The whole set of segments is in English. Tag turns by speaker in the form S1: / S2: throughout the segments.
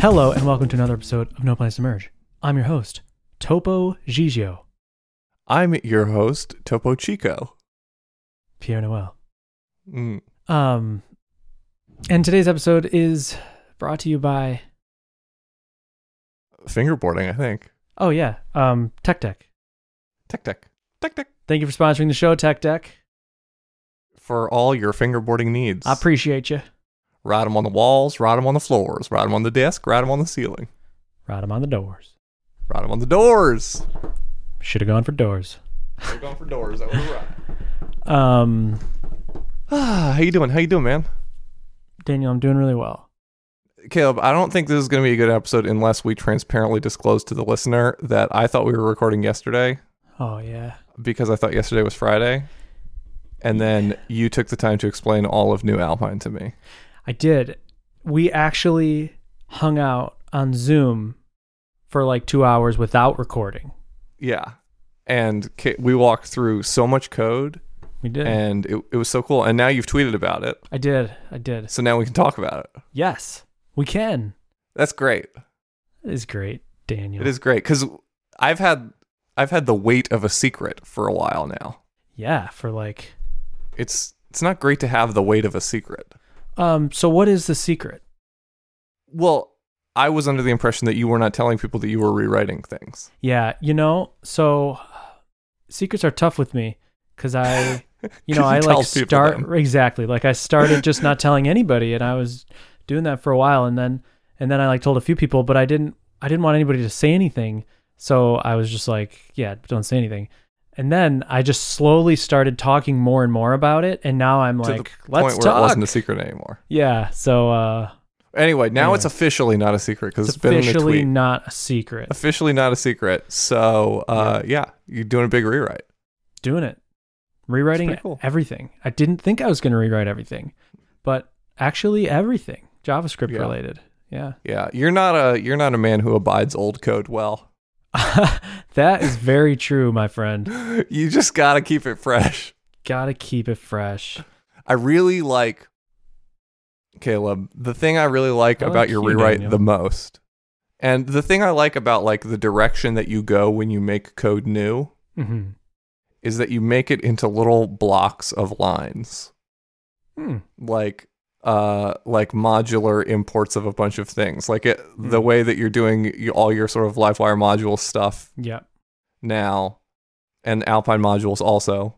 S1: Hello, and welcome to another episode of No Place to Merge. I'm your host, Topo Gigio,
S2: I'm your host, Topo Chico.
S1: Pierre Noel.
S2: Mm.
S1: Um, and today's episode is brought to you by,
S2: Fingerboarding, I think.
S1: oh yeah, um, Tech Deck.
S2: Tech Tech. Tech Tech.
S1: Thank you for sponsoring the show, Tech Deck.
S2: For all your fingerboarding needs.
S1: I appreciate you.
S2: ride them on the walls, ride them on the floors, ride them on the desk, ride them on the ceiling,
S1: Right, I'm on the doors.
S2: ride them on the doors.
S1: Should have gone for doors.
S2: We're going for doors. That was a ride.
S1: Um,
S2: Ah, How you doing? How you doing, man?
S1: Daniel, I'm doing really well.
S2: Caleb, I don't think this is going to be a good episode unless we transparently disclose to the listener that I thought we were recording yesterday
S1: Oh yeah,
S2: because I thought yesterday was Friday. And then you took the time to explain all of New Alpine to me.
S1: I did. We actually hung out on Zoom for like two hours without recording.
S2: Yeah. And Ca- we walked through so much code
S1: We did.
S2: and it, it was so cool. And now you've tweeted about it.
S1: I did. I did.
S2: So now we can talk about it.
S1: Yes, we can.
S2: That's great.
S1: That is great, Daniel.
S2: It is great cuz I've had I've had the weight of a secret for a while now.
S1: Yeah, for like.
S2: It's it's not great to have the weight of a secret.
S1: Um. So what is the secret?
S2: Well, I was under the impression that you were not telling people that you were rewriting things.
S1: Yeah, you know. So secrets are tough with me because I, you know,
S2: 'Cause you
S1: I
S2: tell
S1: like
S2: people
S1: start
S2: them.
S1: exactly like I started just not telling anybody, and I was doing that for a while, and then and then I like told a few people, but I didn't I didn't want anybody to say anything, so I was just like, yeah, don't say anything. And then I just slowly started talking more and more about it, and now I'm
S2: to
S1: like,
S2: the
S1: let's
S2: point where it
S1: talk.
S2: wasn't a secret anymore.
S1: yeah. So uh,
S2: Anyway, now
S1: Anyway.
S2: it's officially not a secret because
S1: it's
S2: it's been in the
S1: officially
S2: tweet.
S1: not a secret.
S2: officially not a secret. So, uh, yeah, you're doing a big rewrite.
S1: doing it, rewriting
S2: pretty cool.
S1: everything. I didn't think I was going to rewrite everything, but actually everything JavaScript
S2: Yeah.
S1: related. Yeah,
S2: Yeah, you're not a you're not a man who abides old code well.
S1: that is very true, my friend.
S2: You just got to keep it fresh.
S1: Gotta keep it fresh.
S2: I really like Caleb. The thing I really like
S1: I
S2: about
S1: like
S2: your
S1: you,
S2: rewrite
S1: Daniel.
S2: the most. And the thing I like about like the direction that you go when you make code new
S1: hmm
S2: is that you make it into little blocks of lines.
S1: Hmm.
S2: Like uh like modular imports of a bunch of things. Like it,
S1: Hmm.
S2: the way that you're doing you, all your sort of livewire module stuff
S1: Yeah.
S2: now and alpine modules also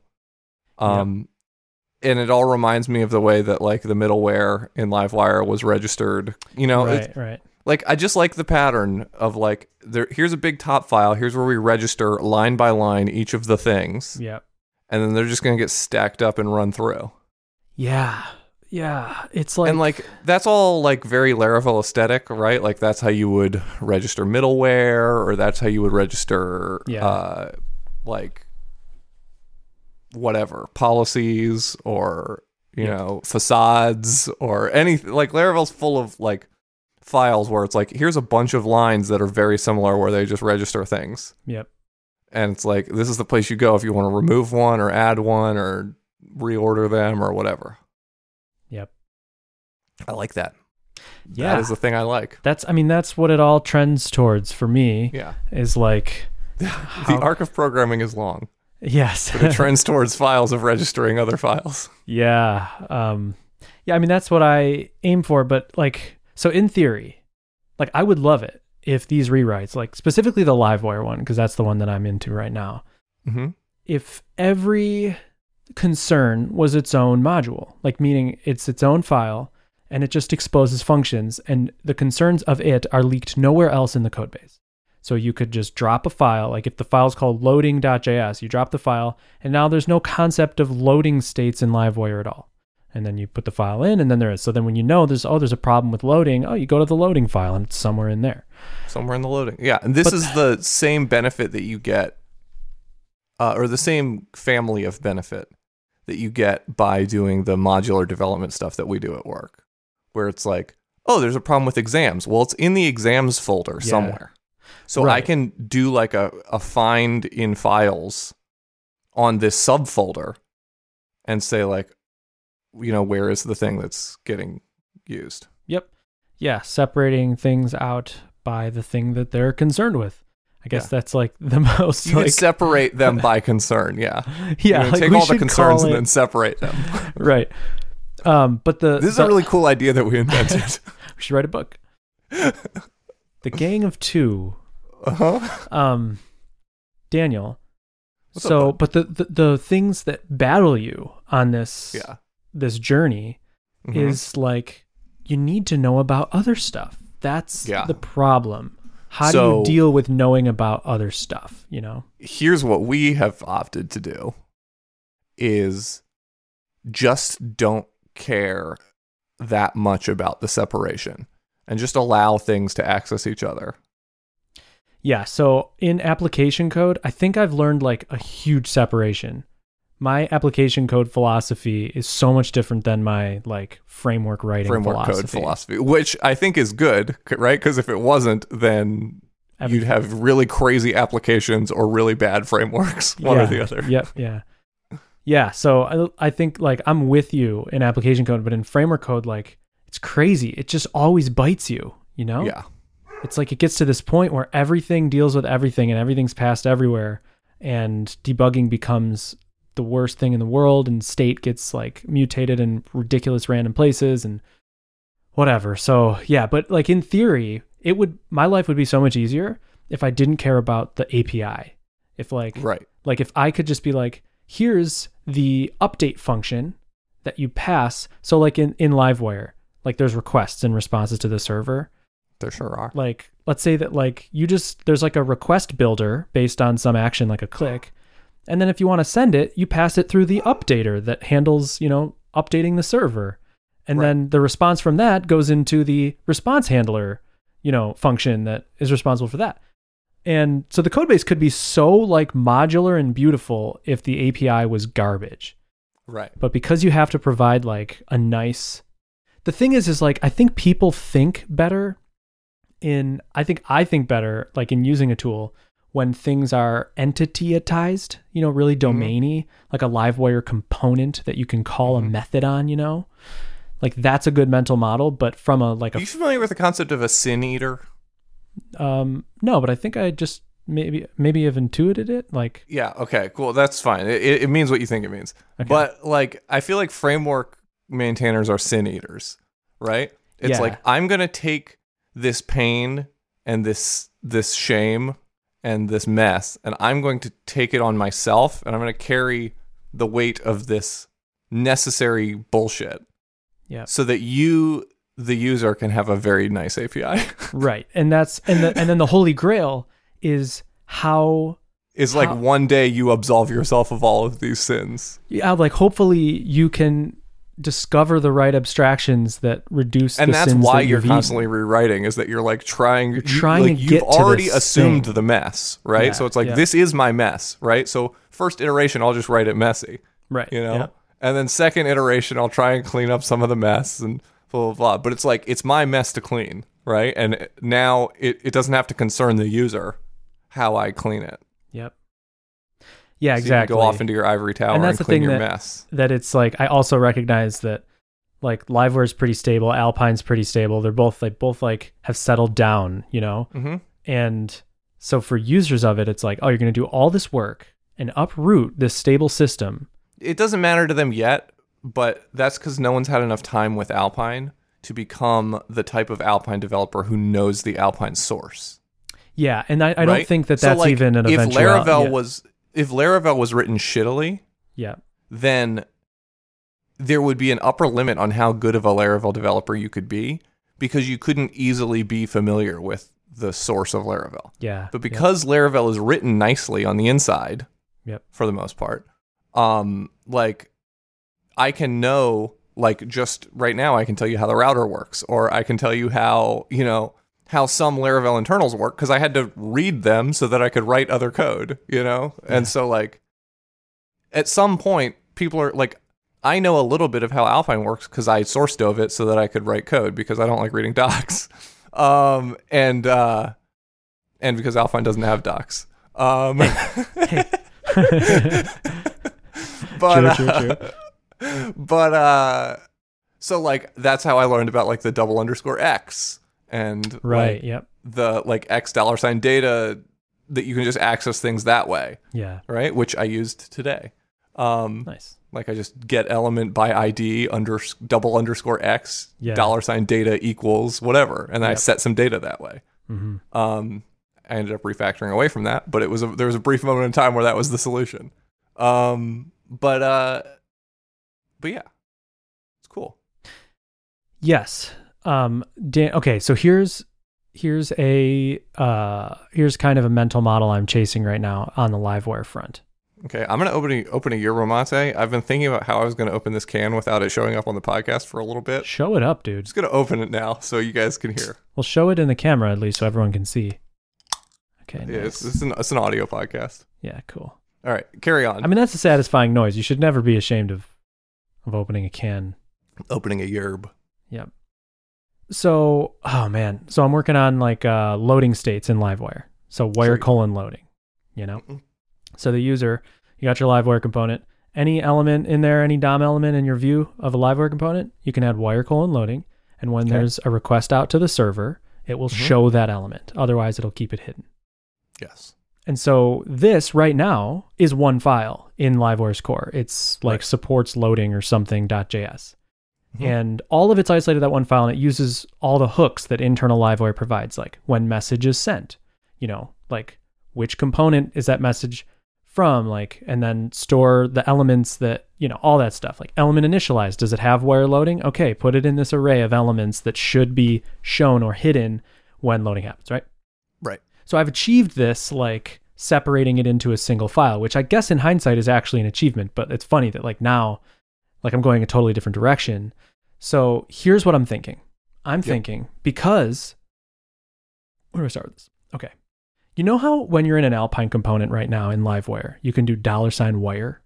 S2: um and it all reminds me of the way that like the middleware in livewire was registered you know
S1: right.
S2: it's,
S1: right.
S2: like i just like the pattern of like there here's a big top file here's where we register line by line each of the things
S1: Yeah.
S2: and then they're just going to get stacked up and run through
S1: Yeah. Yeah. It's like.
S2: and like that's all like very laravel aesthetic right like that's how you would register middleware or that's how you would register
S1: Yeah.
S2: uh like whatever policies or you
S1: Yeah.
S2: know facades or anything like laravel's full of like files where it's like here's a bunch of lines that are very similar where they just register things
S1: Yep.
S2: and it's like this is the place you go if you want to remove one or add one or reorder them or whatever
S1: Yep.
S2: i like that
S1: Yeah.
S2: that is the thing i like
S1: that's. I mean, that's what it all trends towards for me.
S2: Yeah.
S1: Is like.
S2: The arc of programming is long,
S1: Yes.
S2: but it trends towards files of registering other files.
S1: Yeah. Um yeah, I mean that's what I aim for, but like so in theory, like I would love it if these rewrites, like specifically the Livewire one because that's the one that I'm into right now.
S2: Mm-hmm.
S1: If every concern was its own module, like meaning it's its own file and it just exposes functions and the concerns of it are leaked nowhere else in the code base. So you could just drop a file, like if the file's called loading.js, you drop the file and now there's no concept of loading states in Livewire at all. And then you put the file in and then there is. So then when you know there's oh there's a problem with loading, oh you go to the loading file and it's somewhere in there.
S2: Somewhere in the loading. Yeah. And this
S1: But-
S2: is the same benefit that you get, uh, or the same family of benefit that you get by doing the modular development stuff that we do at work, where it's like, oh, there's a problem with exams. Well, it's in the exams folder
S1: Yeah.
S2: somewhere. So I
S1: Right.
S2: can do like a, a find in files on this subfolder and say, like, you know, where is the thing that's getting used?
S1: Yep. yeah, separating things out by the thing that they're concerned with. I guess
S2: Yeah.
S1: that's like the most
S2: You
S1: like
S2: could separate them by concern. Yeah. You
S1: yeah,
S2: know,
S1: like
S2: take
S1: we
S2: all the
S1: should call
S2: concerns and
S1: it-
S2: then separate them.
S1: right. Um, but the
S2: This is
S1: the-
S2: a really cool idea that we invented.
S1: we should write a book. the Gang of Two.
S2: uh-huh.
S1: Um, Daniel.
S2: What's up,
S1: so,
S2: bud?
S1: but the, the the things that battle you on this
S2: Yeah.
S1: this journey
S2: Mhm.
S1: is like you need to know about other stuff. That's
S2: Yeah.
S1: the problem. How do
S2: So-
S1: you deal with knowing about other stuff? You know,
S2: here's what we have opted to do is just don't care that much about the separation and just allow things to access each other.
S1: yeah. So in application code, I think I've learned like a huge separation. My application code philosophy is so much different than my like framework writing
S2: Framework
S1: philosophy.
S2: code philosophy, which I think is good, c- right? Because if it wasn't, then
S1: Everything.
S2: you'd have really crazy applications or really bad frameworks, one
S1: yeah.
S2: or the other.
S1: Yep. Yeah. Yeah. So I, I think like I'm with you in application code, but in framework code, like it's crazy. It just always bites you, you know?
S2: Yeah.
S1: It's like it gets to this point where everything deals with everything and everything's passed everywhere. And debugging becomes the worst thing in the world and state gets like mutated in ridiculous random places and whatever. So yeah, but like in theory, it would my life would be so much easier if I didn't care about the API. If like
S2: Right.
S1: like if I could just be like, here's the update function that you pass. So like in, in Livewire, like there's requests and responses to the server.
S2: There sure are.
S1: Like let's say that like you just there's like a request builder based on some action like a click. And then if you want to send it, you pass it through the updater that handles, you know, updating the server. And
S2: Right.
S1: then the response from that goes into the response handler, you know, function that is responsible for that. And so the code base could be so like modular and beautiful if the API was garbage.
S2: Right.
S1: But because you have to provide like a nice The thing is is like I think people think better in I think I think better like in using a tool when things are entityatized, you know, really domainy, like a livewire component that you can call a
S2: Mhm.
S1: method on, you know? Like that's a good mental model, but from a like
S2: Are
S1: a
S2: you familiar with the concept of a sin eater?
S1: um no, but I think I just maybe maybe have intuited it like
S2: Yeah. Okay. Cool. That's fine. It, it it means what you think it means.
S1: Okay.
S2: But like, I feel like framework maintainers are sin eaters, right? It's
S1: Yeah.
S2: like I'm gonna take this pain and this this shame and this mess, and I'm going to take it on myself, and I'm gonna carry the weight of this necessary bullshit,
S1: Yeah.
S2: so that you, the user, can have a very nice API.
S1: right and that's and the, and then the holy grail is how
S2: it's like
S1: How-
S2: one day you absolve yourself of all of these sins,
S1: yeah like hopefully you can discover the right abstractions that reduce
S2: and
S1: the
S2: that's
S1: sins
S2: why
S1: that
S2: you're
S1: you've
S2: constantly rewriting. Is that you're like trying, you-
S1: trying
S2: like
S1: to
S2: you've
S1: get to
S2: already
S1: this
S2: assumed
S1: thing.
S2: the mess, right?
S1: Yeah,
S2: so it's like
S1: yeah.
S2: this is my mess, right? So first iteration, I'll just write it messy,
S1: eaten. right
S2: you know,
S1: yeah.
S2: and then second iteration, I'll try and clean up some of the mess and blah blah blah. But it's like it's my mess to clean, right? And now it, it doesn't have to concern the user how I clean it.
S1: yep yeah
S2: So you can
S1: exactly
S2: go off into your ivory tower and,
S1: that's the
S2: clean
S1: thing
S2: your
S1: that-
S2: mess.
S1: that it's like i also recognize that like liveware's pretty stable alpine's pretty stable they're both like both like have settled down you know
S2: Mm-hmm.
S1: And so for users of it, it's like, oh, you're going to do all this work and uproot this stable system.
S2: it doesn't matter to them yet, but that's because no one's had enough time with Alpine to become the type of Alpine developer who knows the Alpine source.
S1: Yeah, and I, I
S2: right?
S1: don't think that
S2: So,
S1: that's
S2: like,
S1: even an
S2: if
S1: eventual.
S2: Laravel
S1: yeah,
S2: was if Laravel was written shittily,
S1: yeah,
S2: then there would be an upper limit on how good of a Laravel developer you could be because you couldn't easily be familiar with the source of Laravel.
S1: yeah,
S2: But
S1: yeah.
S2: because Laravel is written nicely on the inside,
S1: Yep.
S2: for the most part, um, like I can know, like just right now, I can tell you how the router works, or I can tell you how you know how some Laravel internals work because I had to read them so that I could write other code, you know. And so, like, at some point, people are like. I know a little bit of how Alpine works because I source dove it so that I could write code because I don't like reading docs, um, and uh, and because Alpine doesn't have docs. Um, but
S1: True, true,
S2: uh, but uh, So like that's how I learned about like the double underscore X and
S1: Right.
S2: like,
S1: yep.
S2: the like X dollar sign data that you can just access things that way,
S1: Yeah.
S2: right? Which I used today. Um,
S1: Nice.
S2: like I just get element by ID under double underscore X
S1: Yeah.
S2: dollar sign data equals whatever, and I
S1: Yep.
S2: set some data that way.
S1: hmm
S2: Um, I ended up refactoring away from that, but it was a, there was a brief moment in time where that was the solution. Um, but uh, but yeah, it's cool.
S1: Yes. Um. Dan- okay. So here's here's a uh here's kind of a mental model I'm chasing right now on the LiveWire front.
S2: Okay, I'm gonna open a, open a yerba mate. I've been thinking about how I was gonna open this can without it showing up on the podcast for a little bit.
S1: Show it up, dude.
S2: just gonna open it now so you guys can hear.
S1: We'll show it in the camera at least so everyone can see. Okay.
S2: Yeah, it's,
S1: nice.
S2: it's an it's an audio podcast.
S1: yeah. Cool.
S2: All right, carry on.
S1: I mean, that's a satisfying noise. You should never be ashamed of of opening a can.
S2: opening a yerb.
S1: Yep. So, oh man, so I'm working on like uh, loading states in LiveWire. So wire
S2: Sure.
S1: colon loading, you know.
S2: Mhm.
S1: So the user, you got your LiveWire component. Any element in there, any DOM element in your view of a LiveWire component, you can add wire colon loading. And when
S2: Okay.
S1: there's a request out to the server, it will
S2: Mhm.
S1: show that element. Otherwise, it'll keep it hidden.
S2: Yes.
S1: And so this right now is one file in LiveWire's core. It's like
S2: Right.
S1: supports loading or something .js.
S2: Mhm.
S1: And all of it's isolated to that one file and it uses all the hooks that internal LiveWire provides, like when message is sent, you know, like which component is that message from, like, and then store the elements that, you know, all that stuff, like element initialized. Does it have wire loading? Okay, put it in this array of elements that should be shown or hidden when loading happens, right?
S2: Right.
S1: So I've achieved this like separating it into a single file, which I guess in hindsight is actually an achievement, but it's funny that like now like I'm going a totally different direction. So here's what I'm thinking. I'm
S2: Yep.
S1: thinking because where do I start with this? Okay. You know how when you're in an Alpine component right now in LiveWire, you can do dollar sign wire?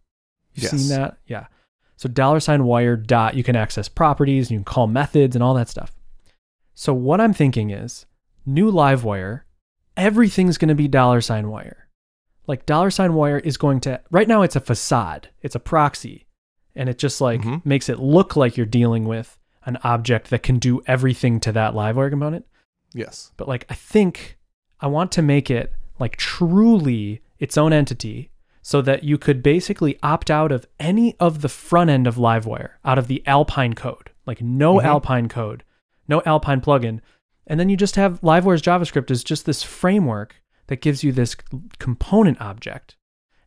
S1: You've
S2: Yes.
S1: seen that? Yeah. So dollar sign wire dot, you can access properties and you can call methods and all that stuff. So what I'm thinking is new LiveWire, everything's going to be dollar sign wire. Like dollar sign wire is going to right now it's a facade, it's a proxy, and it just like
S2: Mhm.
S1: makes it look like you're dealing with an object that can do everything to that LiveWire component.
S2: Yes.
S1: But like I think I want to make it like truly its own entity so that you could basically opt out of any of the front end of LiveWire, out of the Alpine code. Like no
S2: Mhm.
S1: Alpine code, no Alpine plugin. And then you just have LiveWire's JavaScript is just this framework that gives you this component object.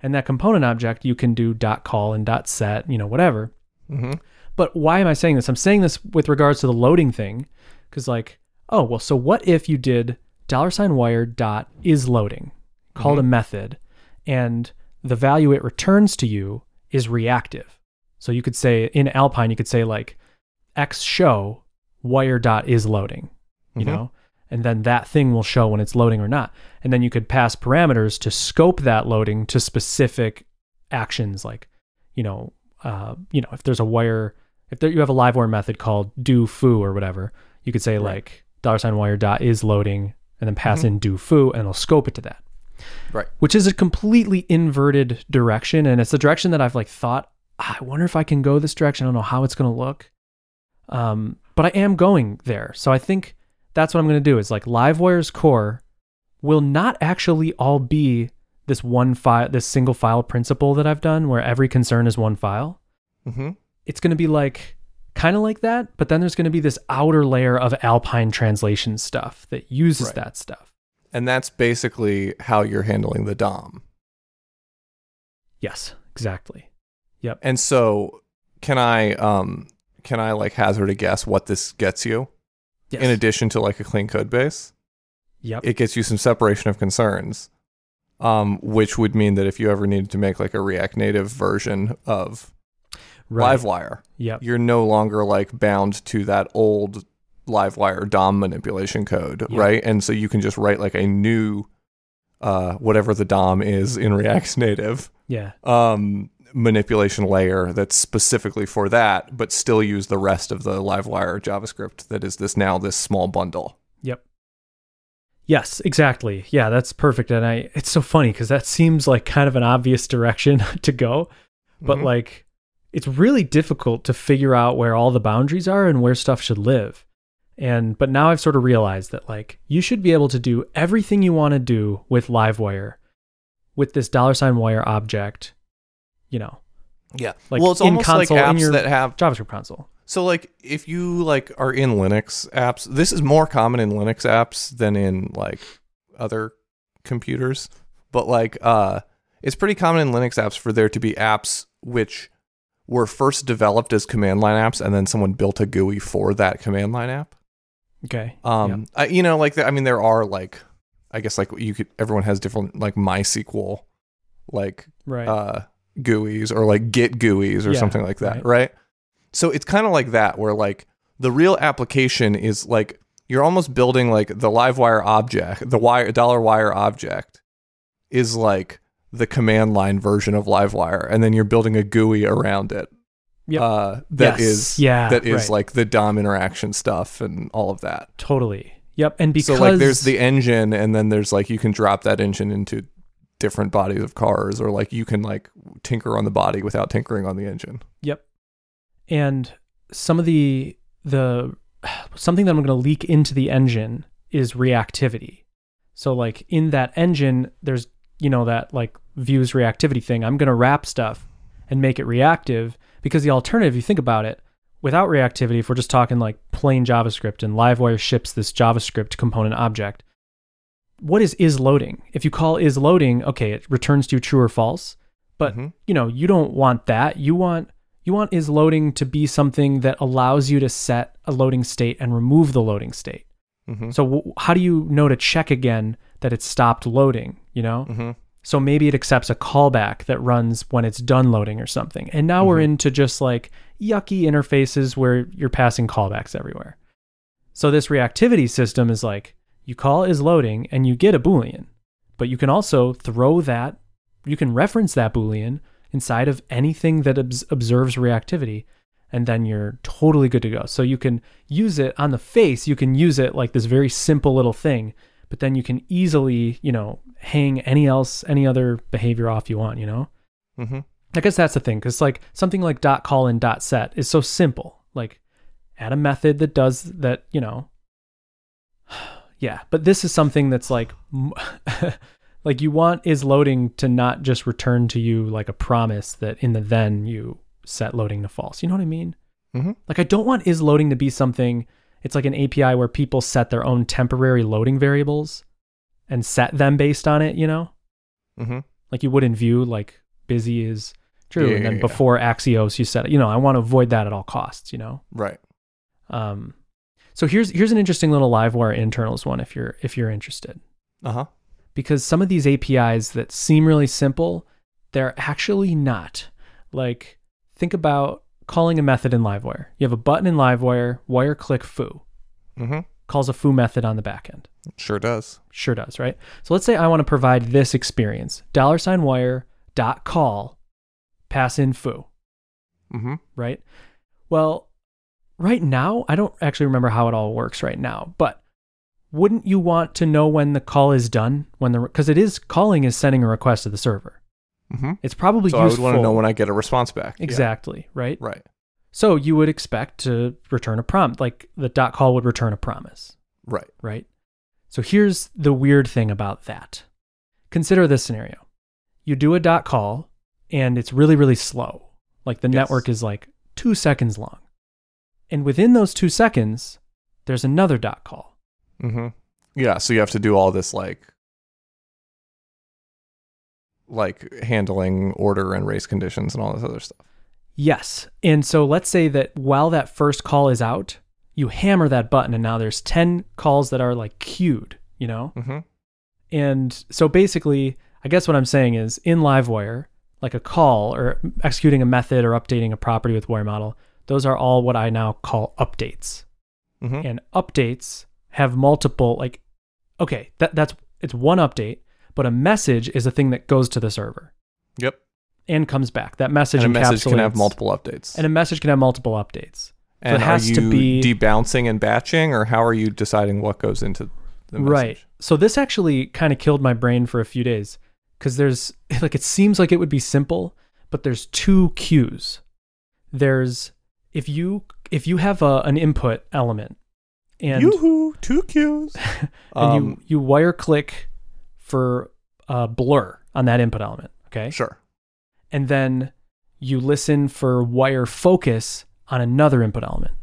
S1: And that component object you can do dot call and dot set, you know, whatever.
S2: Mm-hmm.
S1: But why am I saying this? I'm saying this with regards to the loading thing, because like, oh well, so what if you did dollar sign wire dot is loading, called a method, and the value it returns to you is reactive. So you could say in Alpine, you could say like x show wire dot is loading, you
S2: Mhm.
S1: know, and then that thing will show when it's loading or not, and then you could pass parameters to scope that loading to specific actions like you know, uh, you know, if there's a wire, if there, you have a live wire method called do foo or whatever, you could say
S2: Right.
S1: like dollar sign wire dot is loading and then pass
S2: Mhm.
S1: in do foo and it'll scope it to that.
S2: Right.
S1: Which is a completely inverted direction. And it's a direction that I've like thought, "Ah, I wonder if I can go this direction. I don't know how it's going to look. Um, but I am going there. So I think that's what I'm going to do is like LiveWire's core will not actually all be this one file, this single file principle that I've done where every concern is one file.
S2: Mm-hmm.
S1: It's going to be like kind of like that, but then there's going to be this outer layer of Alpine translation stuff that uses
S2: Right.
S1: that stuff.
S2: And that's basically how you're handling the DOM.
S1: Yes, exactly. Yep.
S2: And so, can I um can I like hazard a guess what this gets you
S1: Yes.
S2: in addition to like a clean code base?
S1: yep.
S2: It gets you some separation of concerns. Um, which would mean that if you ever needed to make like a React Native version of
S1: right.
S2: LiveWire,
S1: Yep.
S2: you're no longer like bound to that old LiveWire DOM manipulation code,
S1: Yeah.
S2: right? And so you can just write like a new, uh, whatever the DOM is in React Native
S1: Yeah.
S2: um, manipulation layer that's specifically for that, but still use the rest of the LiveWire JavaScript that is this now this small bundle.
S1: Yep. Yes, exactly. Yeah, that's perfect. And I, it's so funny because that seems like kind of an obvious direction to go, but
S2: Mhm.
S1: like it's really difficult to figure out where all the boundaries are and where stuff should live. And but now I've sort of realized that like you should be able to do everything you want to do with LiveWire with this dollar sign wire object, you know,
S2: Yeah.
S1: like
S2: well, it's
S1: in
S2: almost
S1: console
S2: like apps
S1: in your
S2: that have
S1: JavaScript console.
S2: So like if you like are in Linux apps, this is more common in Linux apps than in like other computers, but like uh it's pretty common in Linux apps for there to be apps which were first developed as command line apps and then someone built a GUI for that command line app.
S1: Okay.
S2: Um I, you know like I mean there are like I guess like you could everyone has different like MySQL like
S1: Right.
S2: uh, GUIs or like Git GUIs or
S1: Yeah,
S2: something like that,
S1: right.
S2: right? So it's kind of like that, where like the real application is like you're almost building like the LiveWire object, the wire dollar wire object is like the command line version of LiveWire, and then you're building a GUI around it.
S1: Yep.
S2: Uh,
S1: Yes.
S2: that is-
S1: Yeah,
S2: that is
S1: right.
S2: like the DOM interaction stuff and all of that.
S1: totally. Yep. And because
S2: so like there's the engine, and then there's like you can drop that engine into different bodies of cars, or like you can like tinker on the body without tinkering on the engine.
S1: Yep. And some of the the something that I'm going to leak into the engine is reactivity. So like in that engine there's you know that like views reactivity thing. I'm going to wrap stuff and make it reactive because the alternative you think about it without reactivity if we're just talking like plain JavaScript and Livewire ships this JavaScript component object what is is loading? If you call is loading, okay, it returns to you true or false, but
S2: Mhm.
S1: you know, you don't want that. You want you want is loading to be something that allows you to set a loading state and remove the loading state.
S2: Mm-hmm.
S1: So w- how do you know to check again that it stopped loading, you know?
S2: Mm-hmm.
S1: So maybe it accepts a callback that runs when it's done loading or something. And now we're into just like yucky interfaces where you're passing callbacks everywhere. So this reactivity system is like you call is loading and you get a boolean, but you can also throw that you can reference that boolean inside of anything that obs- observes reactivity and then you're totally good to go. So you can use it on the face, you can use it like this very simple little thing, but then you can easily, you know, hang any else any other behavior off you want, you know?
S2: Mm-hmm.
S1: I guess that's the thing cuz like something like dot call and dot set is so simple. Like add a method that does that, you know. Yeah, but this is something that's like m- like you want is loading to not just return to you like a promise that in the then you set loading to false. You know what I mean?
S2: Mm-hmm.
S1: Like I don't want is loading to be something it's like an API where people set their own temporary loading variables and set them based on it, you know?
S2: Mm-hmm.
S1: Like you would in Vue, like busy is true.
S2: Yeah,
S1: and then
S2: yeah, yeah.
S1: before Axios you set it, you know, I want to avoid that at all costs, you know?
S2: Right.
S1: Um so here's here's an interesting little livewire internals one if you're if you're interested.
S2: Uh huh.
S1: Because some of these APIs that seem really simple, they're actually not. Like think about calling a method in Livewire. You have a button in Livewire, wire click foo.
S2: Mm-hmm.
S1: calls a foo method on the back end.
S2: Sure does.
S1: Sure does, right? So let's say I want to provide this experience dollar sign wire dot call pass in foo,
S2: Mm-hmm.
S1: right? Well, right now, I don't actually remember how it all works right now, but wouldn't you want to know when the call is done? When the because it is calling is sending a request to the server.
S2: Mm-hmm.
S1: It's probably
S2: So I would
S1: useful.
S2: want to know when I get a response back. Yeah.
S1: exactly, right?
S2: Right.
S1: So you would expect to return a prompt, like the dot call would return a promise.
S2: Right.
S1: right? So here's the weird thing about that. Consider this scenario. You do a dot call and it's really, really slow. Like the
S2: Yes.
S1: network is like two seconds long. And within those two seconds, there's another dot call.
S2: Mm-hmm. Yeah. So you have to do all this like like handling order and race conditions and all this other stuff.
S1: Yes. And so let's say that while that first call is out, you hammer that button and now there's 10 calls that are like queued, you know?
S2: Mm-hmm.
S1: And so basically, I guess what I'm saying is in Livewire, like a call or executing a method or updating a property with wire model, those are all what I now call updates.
S2: Mm-hmm.
S1: And updates have multiple like okay, that that's it's one update, but a message is a thing that goes to the server
S2: Yep.
S1: and comes back. That message
S2: And a message can have
S1: encapsulates-
S2: multiple updates.
S1: and a message can have multiple updates. So
S2: And
S1: it has
S2: are you
S1: to be
S2: debouncing and batching, or how are you deciding what goes into the message?
S1: Right. So this actually kind of killed my brain for a few days because there's like it seems like it would be simple, but there's two queues. there's if you if you have a, an input element and
S2: Yoo-hoo, two Qs.
S1: and
S2: um,
S1: you you wire click for uh, blur on that input element, okay?
S2: sure.
S1: And then you listen for wire focus on another input element.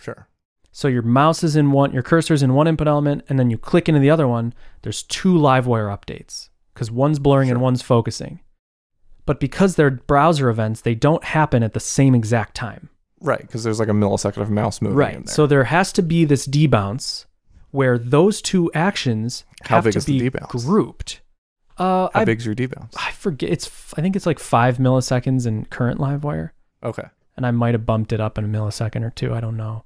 S2: Sure.
S1: So your mouse is in one, your cursor is in one input element, and then you click into the other one. There's two live wire updates because one's blurring and
S2: Sure.
S1: one's focusing. But because they're browser events, they don't happen at the same exact time.
S2: Right, because there's like a millisecond of mouse moving in
S1: right.
S2: there.
S1: So there has to be this debounce where those two actions
S2: How
S1: have
S2: big
S1: to
S2: is the
S1: be
S2: debounce?
S1: grouped. Uh,
S2: How
S1: I,
S2: big's your debounce?
S1: I forget. It's f- I think it's like five milliseconds in current live wire,
S2: Okay.
S1: and I might have bumped it up in a millisecond or two. I don't know.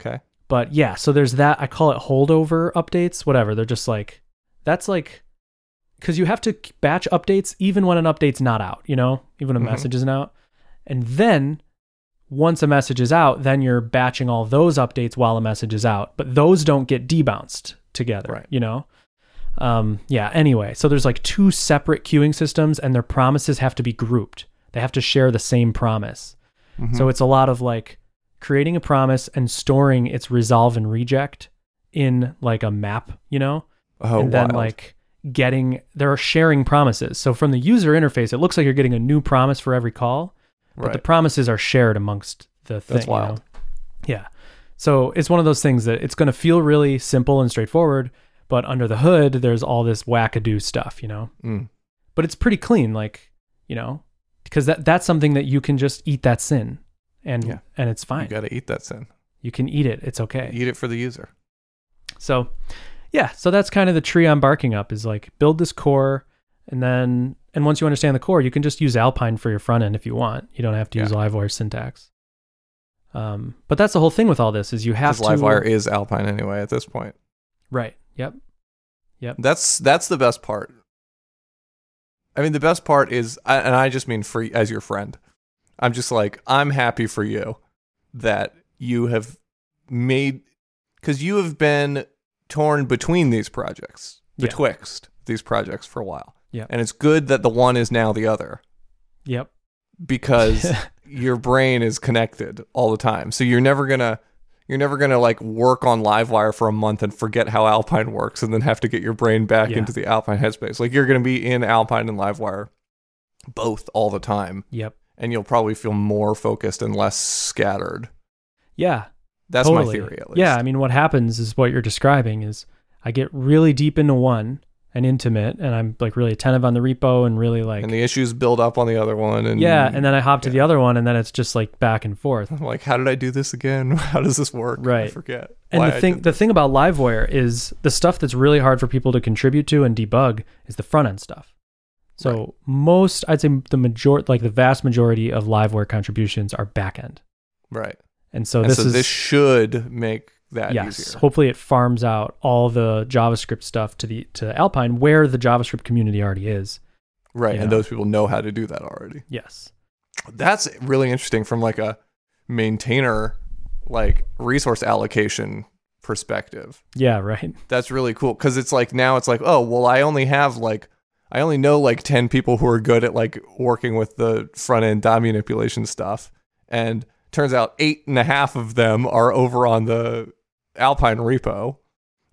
S2: Okay.
S1: But yeah, so there's that. I call it holdover updates, whatever. They're just like, that's like, because you have to k- batch updates even when an update's not out, you know, even when a
S2: Mhm.
S1: message isn't out. And then once a message is out, then you're batching all those updates while a message is out, but those don't get debounced together,
S2: Right.
S1: you know? Um, yeah, anyway, so there's like two separate queuing systems and their promises have to be grouped. They have to share the same promise.
S2: Mm-hmm.
S1: So it's a lot of like creating a promise and storing its resolve and reject in like a map, you know?
S2: Oh,
S1: and then
S2: wild.
S1: like getting there are sharing promises. So from the user interface, it looks like you're getting a new promise for every call, but
S2: right.
S1: the promises are shared amongst the thing.
S2: That's
S1: you know?
S2: wild.
S1: Yeah. So it's one of those things that it's going to feel really simple and straightforward, but under the hood, there's all this wackadoo stuff, you know?
S2: Mm.
S1: but it's pretty clean like you know because that that's something that you can just eat that sin and
S2: Yeah.
S1: and it's
S2: You
S1: fine you,
S2: got to eat that sin.
S1: can eat it it's okay
S2: Eat it for the user.
S1: so yeah so that's kind of the tree i'm barking up is like build this core and then and once you understand the core you can just use alpine for your front end if you want you don't have to use
S2: Yeah.
S1: livewire syntax um, but that's the whole thing with all this is you have
S2: Because
S1: to
S2: Livewire is Alpine anyway at this point.
S1: right yep
S2: That's that's the best part. I mean, the best part is, I- and I just mean free as your friend. I'm just like I'm happy for you that you have made because you have been torn between these projects,
S1: Yeah.
S2: betwixt these projects for a while.
S1: Yeah.
S2: and it's good that the one is now the other
S1: yep
S2: because your brain is connected all the time. So you're never gonna you're never gonna like work on Livewire for a month and forget how Alpine works and then have to get your brain back
S1: Yeah.
S2: into the Alpine headspace. Like you're gonna be in Alpine and Livewire both all the time
S1: yep
S2: and you'll probably feel more focused and less scattered.
S1: yeah
S2: That's my
S1: Totally.
S2: theory at least.
S1: Yeah, I mean, what happens is what you're describing is I get really deep into one and intimate, and I'm like really attentive on the repo and really like
S2: and the issues build up on the other one and
S1: yeah, and then I hop to
S2: yeah.
S1: the other one, and then it's just like back and forth.
S2: I'm like, how did I do this again? How does this work? I
S1: Right.
S2: forget.
S1: And
S2: why I
S1: the thing,
S2: did
S1: the thing about Livewire is the stuff that's really hard for people to contribute to and debug is the front end stuff. So
S2: Right.
S1: most, I'd say the major, like the vast majority of Livewire contributions are back end,
S2: right.
S1: and so
S2: and
S1: this
S2: so
S1: is
S2: this should make that
S1: yes
S2: easier.
S1: hopefully it farms out all the javascript stuff to the to alpine where the javascript community already is
S2: Right,
S1: you
S2: and
S1: know?
S2: those people know how to do that already.
S1: yes
S2: That's really interesting from like a maintainer like resource allocation perspective.
S1: yeah right
S2: That's really cool cuz it's like now it's like, oh, well I only have like I only know like 10 people who are good at like working with the front end DOM manipulation stuff and turns out eight and a half of them are over on the Alpine repo.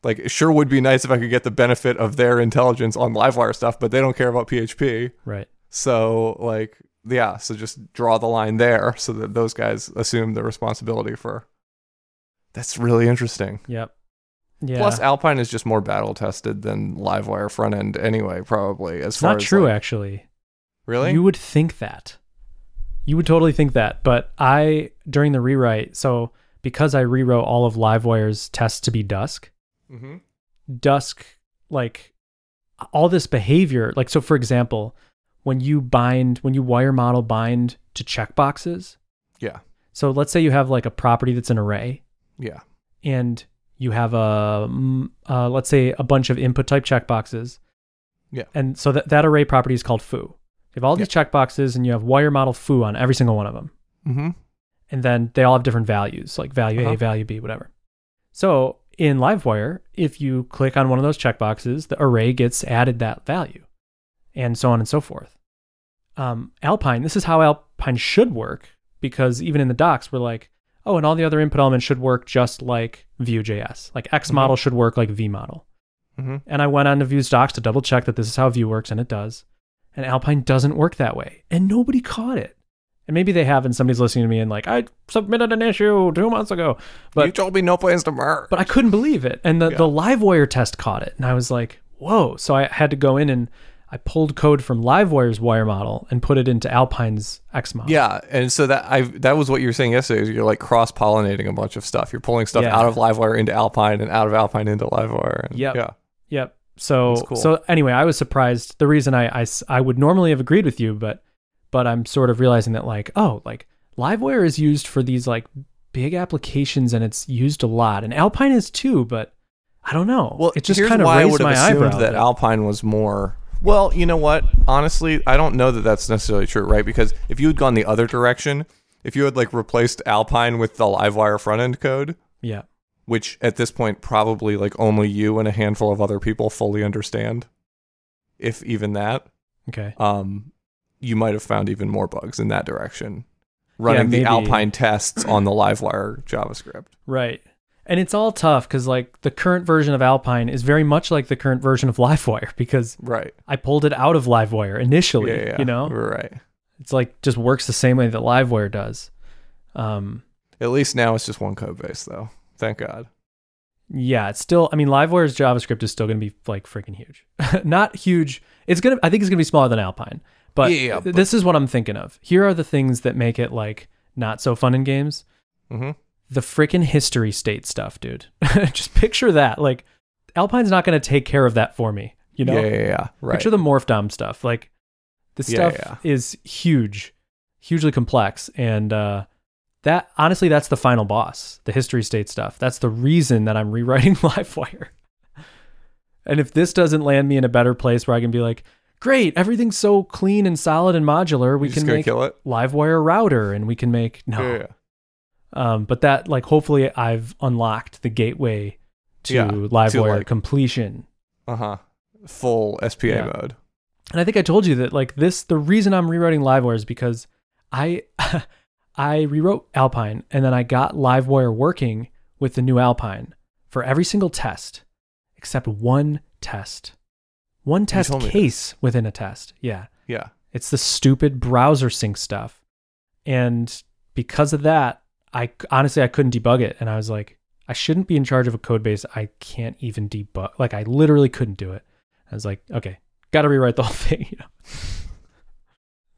S2: Like it sure would be nice if I could get the benefit of their intelligence on Livewire stuff, but they don't care about PHP.
S1: right
S2: So like yeah, so just draw the line there so that those guys assume the responsibility for that's really interesting.
S1: yep yeah
S2: Plus Alpine is just more battle tested than Livewire front end anyway, probably as
S1: it's
S2: far
S1: not
S2: as
S1: true
S2: like-
S1: actually
S2: really?
S1: you would think that you would totally think that but i during the rewrite so because i rewrote all of livewire's tests to be dusk
S2: mm-hmm.
S1: dusk like all this behavior like so for example when you bind when you wire model bind to checkboxes
S2: Yeah.
S1: So let's say you have like a property that's an array
S2: Yeah.
S1: and you have a mm, uh, let's say a bunch of input type checkboxes.
S2: Yeah.
S1: And so that that array property is called foo. You have all these checkboxes and you have wire model foo on every single one of them.
S2: Mm-hmm.
S1: And then they all have different values, like value
S2: Uh-huh.
S1: A, value B, whatever. So in Livewire, if you click on one of those checkboxes, the array gets added that value and so on and so forth. Um, Alpine, this is how Alpine should work, because even in the docs, we're like, oh, and all the other input elements should work just like Vue.js. Like X
S2: Mhm.
S1: model should work like V model.
S2: hmm
S1: And I went on to Vue's docs to double check that this is how Vue works, and it does. And Alpine doesn't work that way, and nobody caught it. And maybe they have, and somebody's listening to me and like, I submitted an issue two months ago, but
S2: you told me no plans to merge.
S1: but I couldn't believe it. And the,
S2: Yeah.
S1: the LiveWire test caught it. And I was like, whoa. So I had to go in and I pulled code from LiveWire's wire model and put it into Alpine's X model.
S2: yeah, and so that I that was what you were saying yesterday. Is you're like cross pollinating a bunch of stuff. You're pulling stuff
S1: Yeah.
S2: out of Livewire into Alpine and out of Alpine into Livewire. And,
S1: Yep.
S2: Yeah.
S1: Yep. So,
S2: That's cool.
S1: so anyway, I was surprised. The reason I, I s- I would normally have agreed with you, but, but I'm sort of realizing that like, oh, like LiveWire is used for these like big applications and it's used a lot. And Alpine is too, but I don't know.
S2: Well,
S1: it just
S2: here's
S1: kind of
S2: why I
S1: raised
S2: would have
S1: my
S2: assumed
S1: eyebrow.
S2: that Alpine was more. Well, you know what? Honestly, I don't know that that's necessarily true, right? Because if you had gone the other direction, if you had like replaced Alpine with the Livewire front end code,
S1: yeah.
S2: which at this point probably like only you and a handful of other people fully understand, if even that,
S1: Okay.
S2: um, you might have found even more bugs in that direction. Running
S1: maybe.
S2: the Alpine tests on the Livewire JavaScript.
S1: Right. And it's all tough because like the current version of Alpine is very much like the current version of Livewire because
S2: Right.
S1: I pulled it out of Livewire initially.
S2: Yeah, yeah,
S1: You know,
S2: Right.
S1: it's like just works the same way that Livewire does. Um,
S2: At least now it's just one code base, though. Thank God.
S1: yeah, it's still. I mean, Livewire's JavaScript is still going to be like freaking huge. Not huge. It's gonna. I think it's gonna be smaller than Alpine. But,
S2: Yeah, yeah, but-
S1: this is what I'm thinking of. Here are the things that make it like not so fun in games.
S2: Mm-hmm.
S1: the freaking history state stuff, dude. Just picture that. Like, Alpine's not going to take care of that for me. You know,
S2: yeah, yeah, yeah. right.
S1: picture the morph dom stuff. Like, the
S2: Yeah,
S1: stuff
S2: yeah.
S1: is huge, hugely complex, and uh, that honestly, that's the final boss. The history state stuff. That's the reason that I'm rewriting Livewire. And if this doesn't land me in a better place where I can be like, great, everything's so clean and solid and modular, we
S2: You're just
S1: can
S2: gonna
S1: make
S2: kill it.
S1: Livewire router, and we can make no.
S2: Yeah, yeah.
S1: Um, but that like hopefully I've unlocked the gateway to
S2: Yeah,
S1: LiveWire
S2: to, like-
S1: completion.
S2: Uh huh. Full SPA
S1: Yeah.
S2: mode.
S1: And I think I told you that like this the reason I'm rewriting LiveWire is because I I rewrote Alpine and then I got LiveWire working with the new Alpine for every single test except one test. One test
S2: told me this.
S1: case within a test. Yeah.
S2: Yeah.
S1: It's the stupid browser sync stuff. And because of that, I honestly I couldn't debug it and I was like I shouldn't be in charge of a code base I can't even debug. Like I literally couldn't do it. I was like, okay, got to rewrite the whole thing, you know.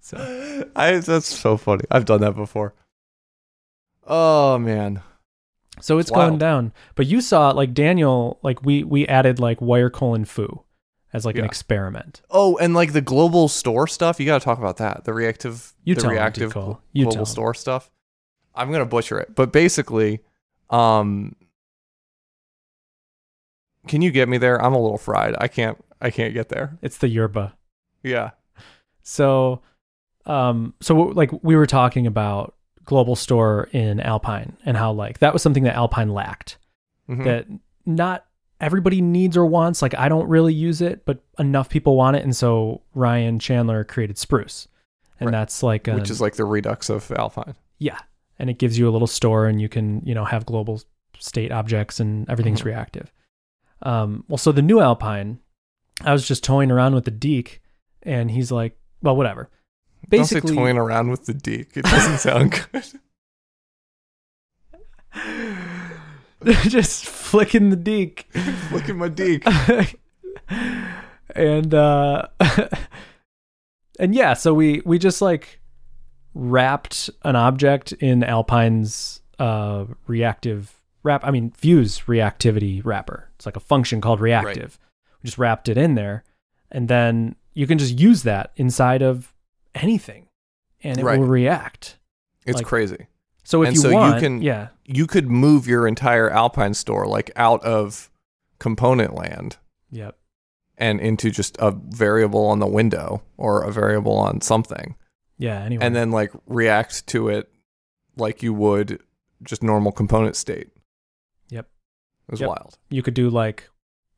S1: So,
S2: I that's so funny. I've done that before. Oh man.
S1: so it's
S2: Wild.
S1: going down. But you saw like Daniel like we we added like wire colon foo as like an
S2: Yeah.
S1: experiment.
S2: Oh, and like the global store stuff, you got to talk about that. The reactive
S1: You
S2: the
S1: tell 'em,
S2: reactive
S1: Decal.
S2: gl-
S1: You tell
S2: global
S1: 'em.
S2: store stuff. I'm going to butcher it. But basically, um Can you get me there? I'm a little fried. I can't I can't get there.
S1: It's the yerba.
S2: Yeah.
S1: So, um, so what- like we were talking about global store in Alpine and how like that was something that Alpine lacked
S2: Mhm.
S1: that not everybody needs or wants. Like I don't really use it, but enough people want it, and so Ryan Chandler created Spruce, and
S2: Right.
S1: that's like um,
S2: Which is like the redux of Alpine.
S1: yeah, and it gives you a little store, and you can you know have global state objects, and everything's
S2: Mhm.
S1: reactive. Um, well, so the new Alpine, I was just toying around with the Deke, and he's like, well, whatever.
S2: Don't say toying around with the deek. It doesn't sound good.
S1: They're just flicking the deke.
S2: Look at my deek.
S1: and uh and yeah, so we we just like wrapped an object in Alpine's uh reactive wrap I mean Vue's reactivity wrapper. It's like a function called reactive. We just wrapped it in there and then you can just use that inside of anything and it
S2: Right.
S1: will react.
S2: It's
S1: Like-
S2: crazy.
S1: So if
S2: And
S1: you
S2: so you
S1: want
S2: can-
S1: yeah.
S2: You could move your entire Alpine store like out of component land
S1: Yep.
S2: and into just a variable on the window or a variable on something
S1: Yeah, anyway.
S2: and then like react to it like you would just normal component state.
S1: Yep.
S2: It was
S1: Yep.
S2: wild.
S1: you could do like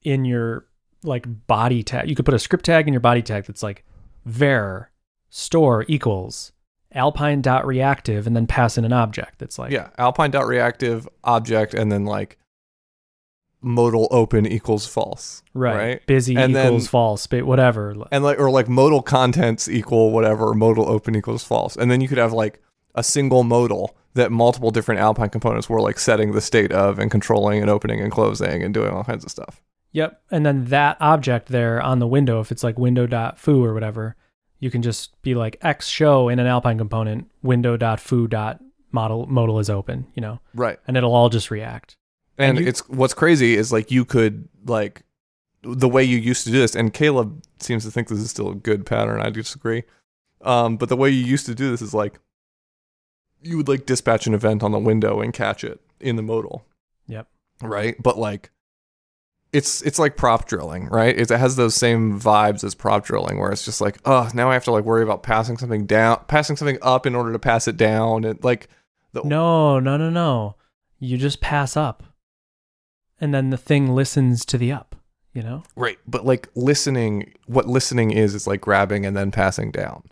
S1: in your like body tag you could put a script tag in your body tag that's like var store equals alpine.reactive and then pass in an object that's like
S2: yeah, alpine.reactive object and then like modal open equals false.
S1: right,
S2: right.
S1: busy
S2: And then-
S1: equals false but whatever
S2: And like or like modal contents equal whatever, modal open equals false. And then you could have like a single modal that multiple different alpine components were like setting the state of and controlling and opening and closing and doing all kinds of stuff.
S1: Yep. And then that object there on the window, if it's like window.foo or whatever, you can just be like X show in an Alpine component, window.foo dot model modal is open, you know,
S2: Right.
S1: and it'll all just react.
S2: And,
S1: And you-
S2: it's what's crazy is like you could like the way you used to do this, and Caleb seems to think this is still a good pattern. I disagree. Um, but the way you used to do this is like you would like dispatch an event on the window and catch it in the modal.
S1: Yep.
S2: Right. But like it's it's like prop drilling, right? It's, it has those same vibes as prop drilling, where it's just like, oh, now I have to like worry about passing something down, passing something up in order to pass it down, and like the
S1: No, no, no, no. You just pass up. And then the thing listens to the up, you know?
S2: Right. But like listening, what listening is, is like grabbing and then passing down.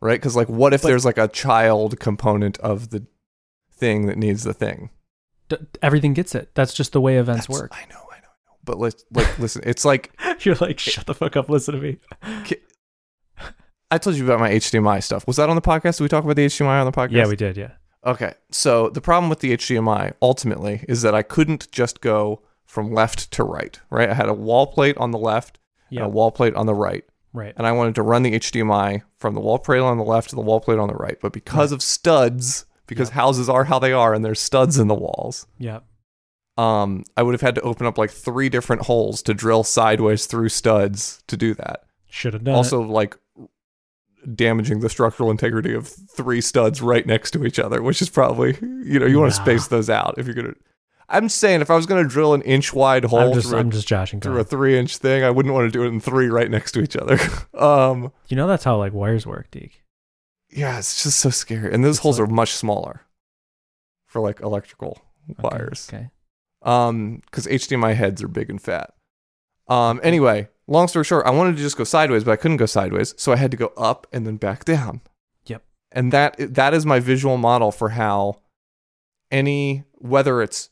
S2: Right? Because like, what if
S1: But-
S2: there's like a child component of the thing that needs the thing?
S1: D- everything gets it. That's just the way events
S2: That's-
S1: work.
S2: I know, I know, I know. But let's like listen. It's like
S1: You're like, shut the fuck up, listen to me.
S2: I told you about my HDMI stuff. Was that on the podcast? Did we talk about the HDMI on the podcast?
S1: Yeah, we did. Yeah.
S2: Okay. So the problem with the HDMI ultimately is that I couldn't just go from left to right. Right? I had a wall plate on the left and
S1: Yeah.
S2: a wall plate on the right.
S1: Right.
S2: and I wanted to run the HDMI from the wall plate on the left to the wall plate on the right. But because of studs, because houses are how they are and there's studs in the walls,
S1: Yeah.
S2: um, I would have had to open up like three different holes to drill sideways through studs to do that.
S1: Should have done it.
S2: also, like damaging the structural integrity of three studs right next to each other, which is probably you know you want
S1: Nah.
S2: to space those out if you're gonna. I'm saying if I was gonna drill an inch wide hole
S1: I'm just,
S2: through, a,
S1: I'm just joshing.
S2: through
S1: Colin.
S2: a three inch thing, I wouldn't want to do it in three right next to each other. um,
S1: You know that's how like wires work, Deke.
S2: Yeah, it's just so scary. And those
S1: It's
S2: holes
S1: like-
S2: are much smaller for like electrical
S1: Okay,
S2: wires.
S1: Okay.
S2: Um, because HDMI heads are big and fat. Um, anyway, long story short, I wanted to just go sideways, but I couldn't go sideways, so I had to go up and then back down.
S1: Yep.
S2: And that that is my visual model for how any whether it's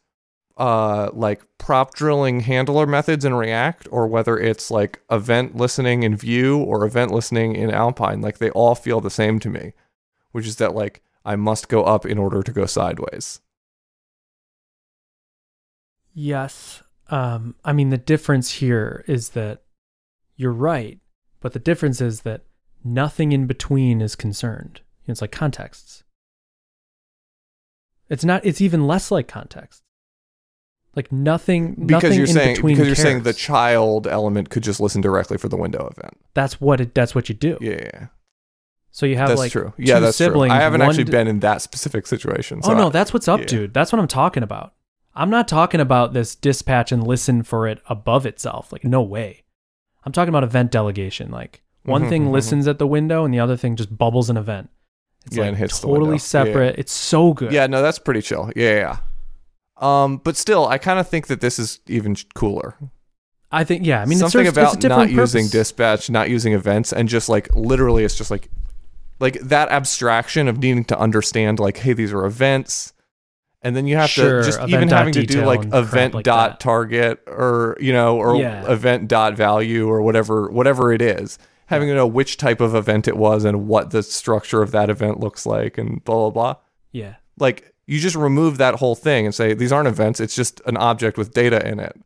S2: uh like prop drilling handler methods in React or whether it's like event listening in Vue or event listening in Alpine, like they all feel the same to me, which is that like I must go up in order to go sideways.
S1: Yes. Um, I mean, the difference here is that you're right, but the difference is that nothing in between is concerned. It's like contexts. It's not. It's even less like context. Like nothing.
S2: because
S1: nothing
S2: you're
S1: in
S2: saying
S1: between
S2: because you're saying the
S1: cares.
S2: child element could just listen directly for the window event.
S1: that's what it. That's what you do.
S2: Yeah, yeah, yeah.
S1: So you have
S2: that's
S1: like
S2: true. Yeah,
S1: two
S2: that's
S1: siblings.
S2: true. I haven't
S1: one
S2: actually
S1: d-
S2: been in that specific situation.
S1: oh
S2: so
S1: no,
S2: I-
S1: that's what's up,
S2: yeah.
S1: dude. That's what I'm talking about. I'm not talking about this dispatch and listen for it above itself. Like no way. I'm talking about event delegation. Like one
S2: Mhm,
S1: thing
S2: mhm, mhm.
S1: listens at the window and the other thing just bubbles an event. It's
S2: Yeah,
S1: like
S2: and hits the window.
S1: totally
S2: Yeah.
S1: separate. It's so good.
S2: Yeah, no, that's pretty chill. Yeah, yeah. yeah. Um, but still, I kind of think that this is even ch- cooler.
S1: I think yeah, I mean
S2: something
S1: it serves,
S2: about
S1: it's a different
S2: not using
S1: purpose.
S2: dispatch, not using events, and just like literally, it's just like like that abstraction of needing to understand like, hey, these are events, and then you have
S1: Sure,
S2: to just
S1: event
S2: even
S1: dot
S2: having to do
S1: detail
S2: like
S1: and crap
S2: event
S1: like
S2: dot
S1: that.
S2: target or you know or
S1: Yeah.
S2: event dot value or whatever whatever it is. Having to know which type of event it was and what the structure of that event looks like and blah blah blah
S1: Yeah.
S2: like you just remove that whole thing and say these aren't events it's just an object with data in it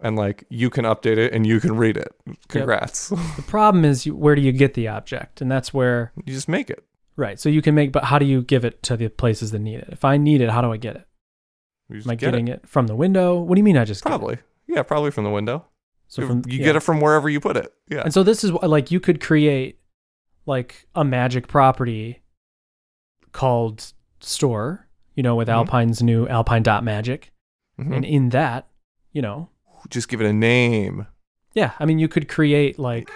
S2: and like you can update it and you can read it congrats
S1: The problem is you, where do you get the object? And that's where
S2: you just make it
S1: right. So you can make but how do you give it to the places that need it? If I need it, how do I get it?
S2: you just
S1: Am I
S2: get
S1: getting it. from the window? What do you mean I just get it?
S2: probably yeah probably from the window
S1: So
S2: you
S1: from
S2: you
S1: yeah.
S2: get it from wherever you put it yeah
S1: And so this is wh- like you could create like a magic property called store, you know, with
S2: Mhm.
S1: Alpine's new Alpine dot magic,
S2: Mhm.
S1: and in that, you know,
S2: just give it a name
S1: yeah, I mean you could create like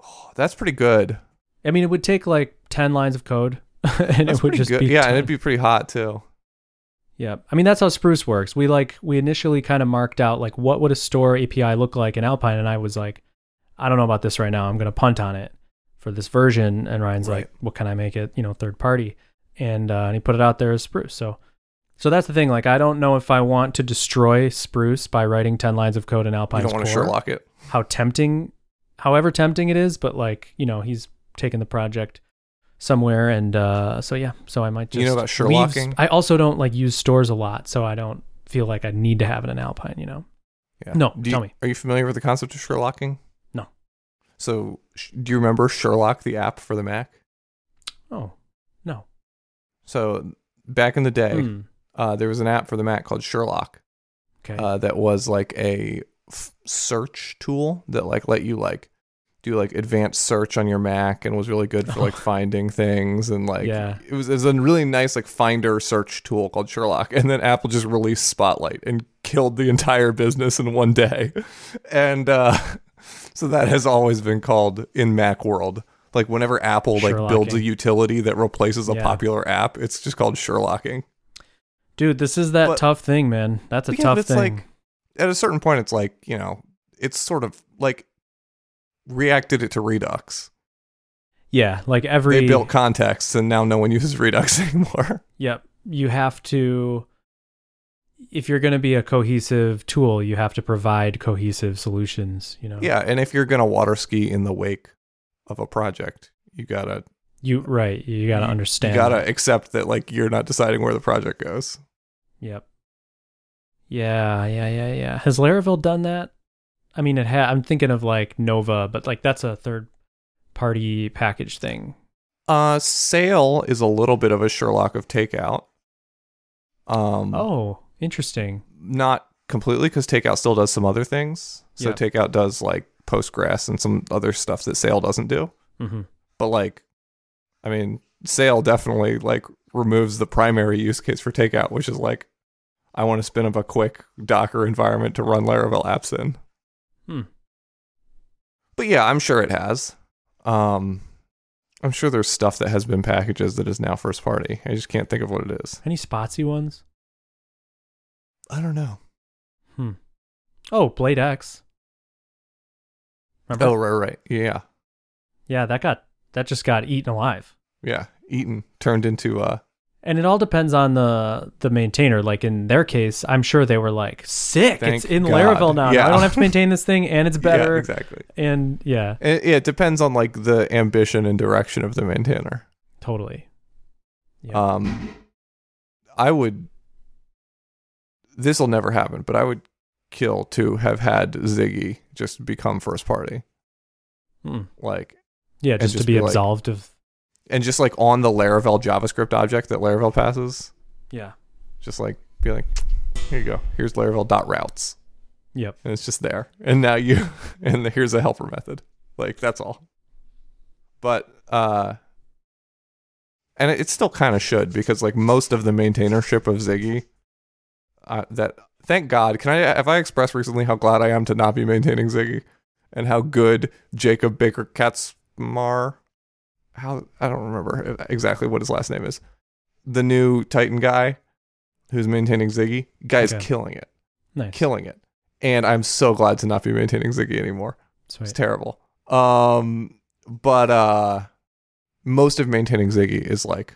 S2: Oh, that's pretty good
S1: I mean it would take like ten lines of code, and
S2: that's
S1: it would
S2: pretty
S1: just
S2: good
S1: be
S2: yeah
S1: 10.
S2: and it'd be pretty hot too
S1: yeah. I mean that's how Spruce works. We like we initially kind of marked out like what would a store API look like in Alpine, and I was like, I don't know about this right now. I'm gonna punt on it for this version. And Ryan's
S2: Right.
S1: like, what can I make it, you know, third party? And, uh, and he put it out there as spruce. So, so that's the thing. Like, I don't know if I want to destroy spruce by writing 10 lines of code in
S2: you
S1: Alpine's
S2: don't want to
S1: core.
S2: Sherlock it.
S1: How tempting, however tempting it is, but like, you know, he's taken the project somewhere. And, uh, so yeah, so I might just,
S2: You know about
S1: leave-
S2: Sherlocking?
S1: I also don't like use stores a lot. So I don't feel like I need to have it in Alpine, you know?
S2: Yeah.
S1: No,
S2: Do you-
S1: tell me.
S2: Are you familiar with the concept of Sherlocking?
S1: No.
S2: So, sh- do you remember Sherlock, the app for the Mac?
S1: Oh, no.
S2: So, back in the day,
S1: Hmm.
S2: uh, there was an app for the Mac called Sherlock
S1: Okay.
S2: uh, that was like a f- search tool that like let you like do like advanced search on your Mac and was really good for like finding things and like
S1: Yeah.
S2: it was it was a really nice like finder search tool called Sherlock and then Apple just released Spotlight and killed the entire business in one day and uh, so that has always been called in Mac world like whenever Apple like builds a
S1: Sherlocking.
S2: utility that replaces a
S1: Yeah.
S2: popular app it's just called Sherlocking
S1: Dude, this is that
S2: But-
S1: tough thing, man. That's a
S2: Yeah, but
S1: tough
S2: it's
S1: thing.
S2: like- at a certain point it's like you know it's sort of like reacted it to redux
S1: yeah, like every
S2: they built contexts and now no one uses redux anymore
S1: Yep. You have to if you're going to be a cohesive tool, you have to provide cohesive solutions, you know.
S2: yeah and if you're gonna water ski in the wake of a project you gotta
S1: You right, you got to understand.
S2: you gotta accept that like you're not deciding where the project goes
S1: Yep. Yeah, yeah, yeah, yeah. Has Laravel done that? I mean, it ha- I'm thinking of like Nova, but like that's a third party package thing.
S2: uh sale is a little bit of a sherlock of takeout um
S1: Oh, interesting.
S2: not completely because takeout still does some other things so
S1: Yeah.
S2: takeout does like postgres and some other stuff that sale doesn't do
S1: Mhm.
S2: but like i mean sale definitely like removes the primary use case for takeout which is like i want to spin up a quick docker environment to run laravel apps in
S1: Hmm.
S2: but yeah i'm sure it has um i'm sure there's stuff that has been packages that is now first party i just can't think of what it is
S1: Any spotsy ones?
S2: i don't know
S1: Oh, Blade X. Remember?
S2: oh right right yeah
S1: Yeah, that got that just got eaten alive.
S2: yeah eaton turned into uh
S1: And it all depends on the the maintainer. Like in their case, I'm sure they were like, "Sick, it's
S2: Thank
S1: in
S2: God.
S1: Laravel now.
S2: Yeah.
S1: I don't have to maintain this thing, and it's better."
S2: yeah, exactly
S1: And yeah,
S2: it, it depends on like the ambition and direction of the maintainer
S1: totally. Yeah.
S2: Um, I would. This will never happen, but I would kill to have had Ziggy just become first party, Hmm.
S1: Mm.
S2: like,
S1: Yeah, just,
S2: just
S1: to be,
S2: be like-
S1: absolved of.
S2: and just like on the Laravel JavaScript object that Laravel passes,
S1: Yeah.
S2: just like be like, here you go, here's Laravel dot routes,
S1: Yep.
S2: and it's just there, and now you, and here's a helper method, like that's all. But uh, and it, it still kind of should because like most of the maintainership of Ziggy, uh, that thank God. Can I have I expressed recently how glad I am to not be maintaining Ziggy, and how good Jacob Baker Katzmar, how I don't remember exactly what his last name is, the new Titan guy, who's maintaining Ziggy, guy's
S1: Okay.
S2: killing it,
S1: Nice.
S2: killing it, and I'm so glad to not be maintaining Ziggy anymore. It's
S1: Sweet.
S2: terrible. Um, but uh, most of maintaining Ziggy is like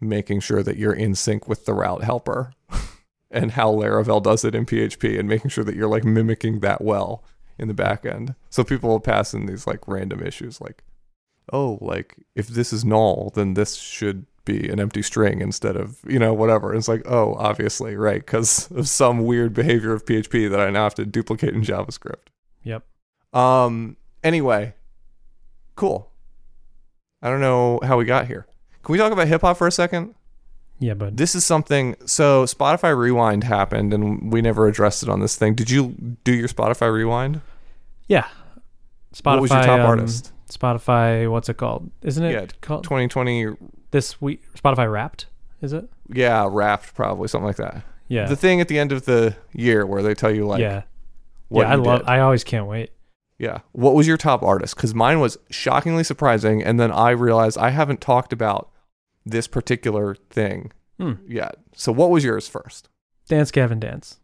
S2: making sure that you're in sync with the route helper and how Laravel does it in PHP and making sure that you're like mimicking that well in the back end. So people will pass in these like random issues like, oh, like if this is null, then this should be an empty string instead of, you know, whatever. And it's like, oh, obviously, right, because of some weird behavior of PHP that I now have to duplicate in JavaScript.
S1: Yep.
S2: Um. Anyway, cool. I don't know how we got here. Can we talk about hip hop for a second?
S1: Yeah, but
S2: This is something. So Spotify Rewind happened, and we never addressed it on this thing. Did you do your Spotify Rewind?
S1: yeah. Spotify.
S2: what was your top
S1: um,
S2: artist?
S1: Spotify. What's it called? Isn't it
S2: Yeah,
S1: called
S2: 2020.
S1: this week? Spotify Wrapped. Is it?
S2: Yeah, Wrapped probably something like that.
S1: Yeah.
S2: The thing at the end of the year where they tell you like
S1: yeah.
S2: what
S1: yeah. I
S2: you
S1: love.
S2: did.
S1: I always can't wait.
S2: Yeah. What was your top artist? Because mine was shockingly surprising, and then I realized I haven't talked about this particular thing
S1: Hmm.
S2: yet. So what was yours first?
S1: Dance Gavin Dance.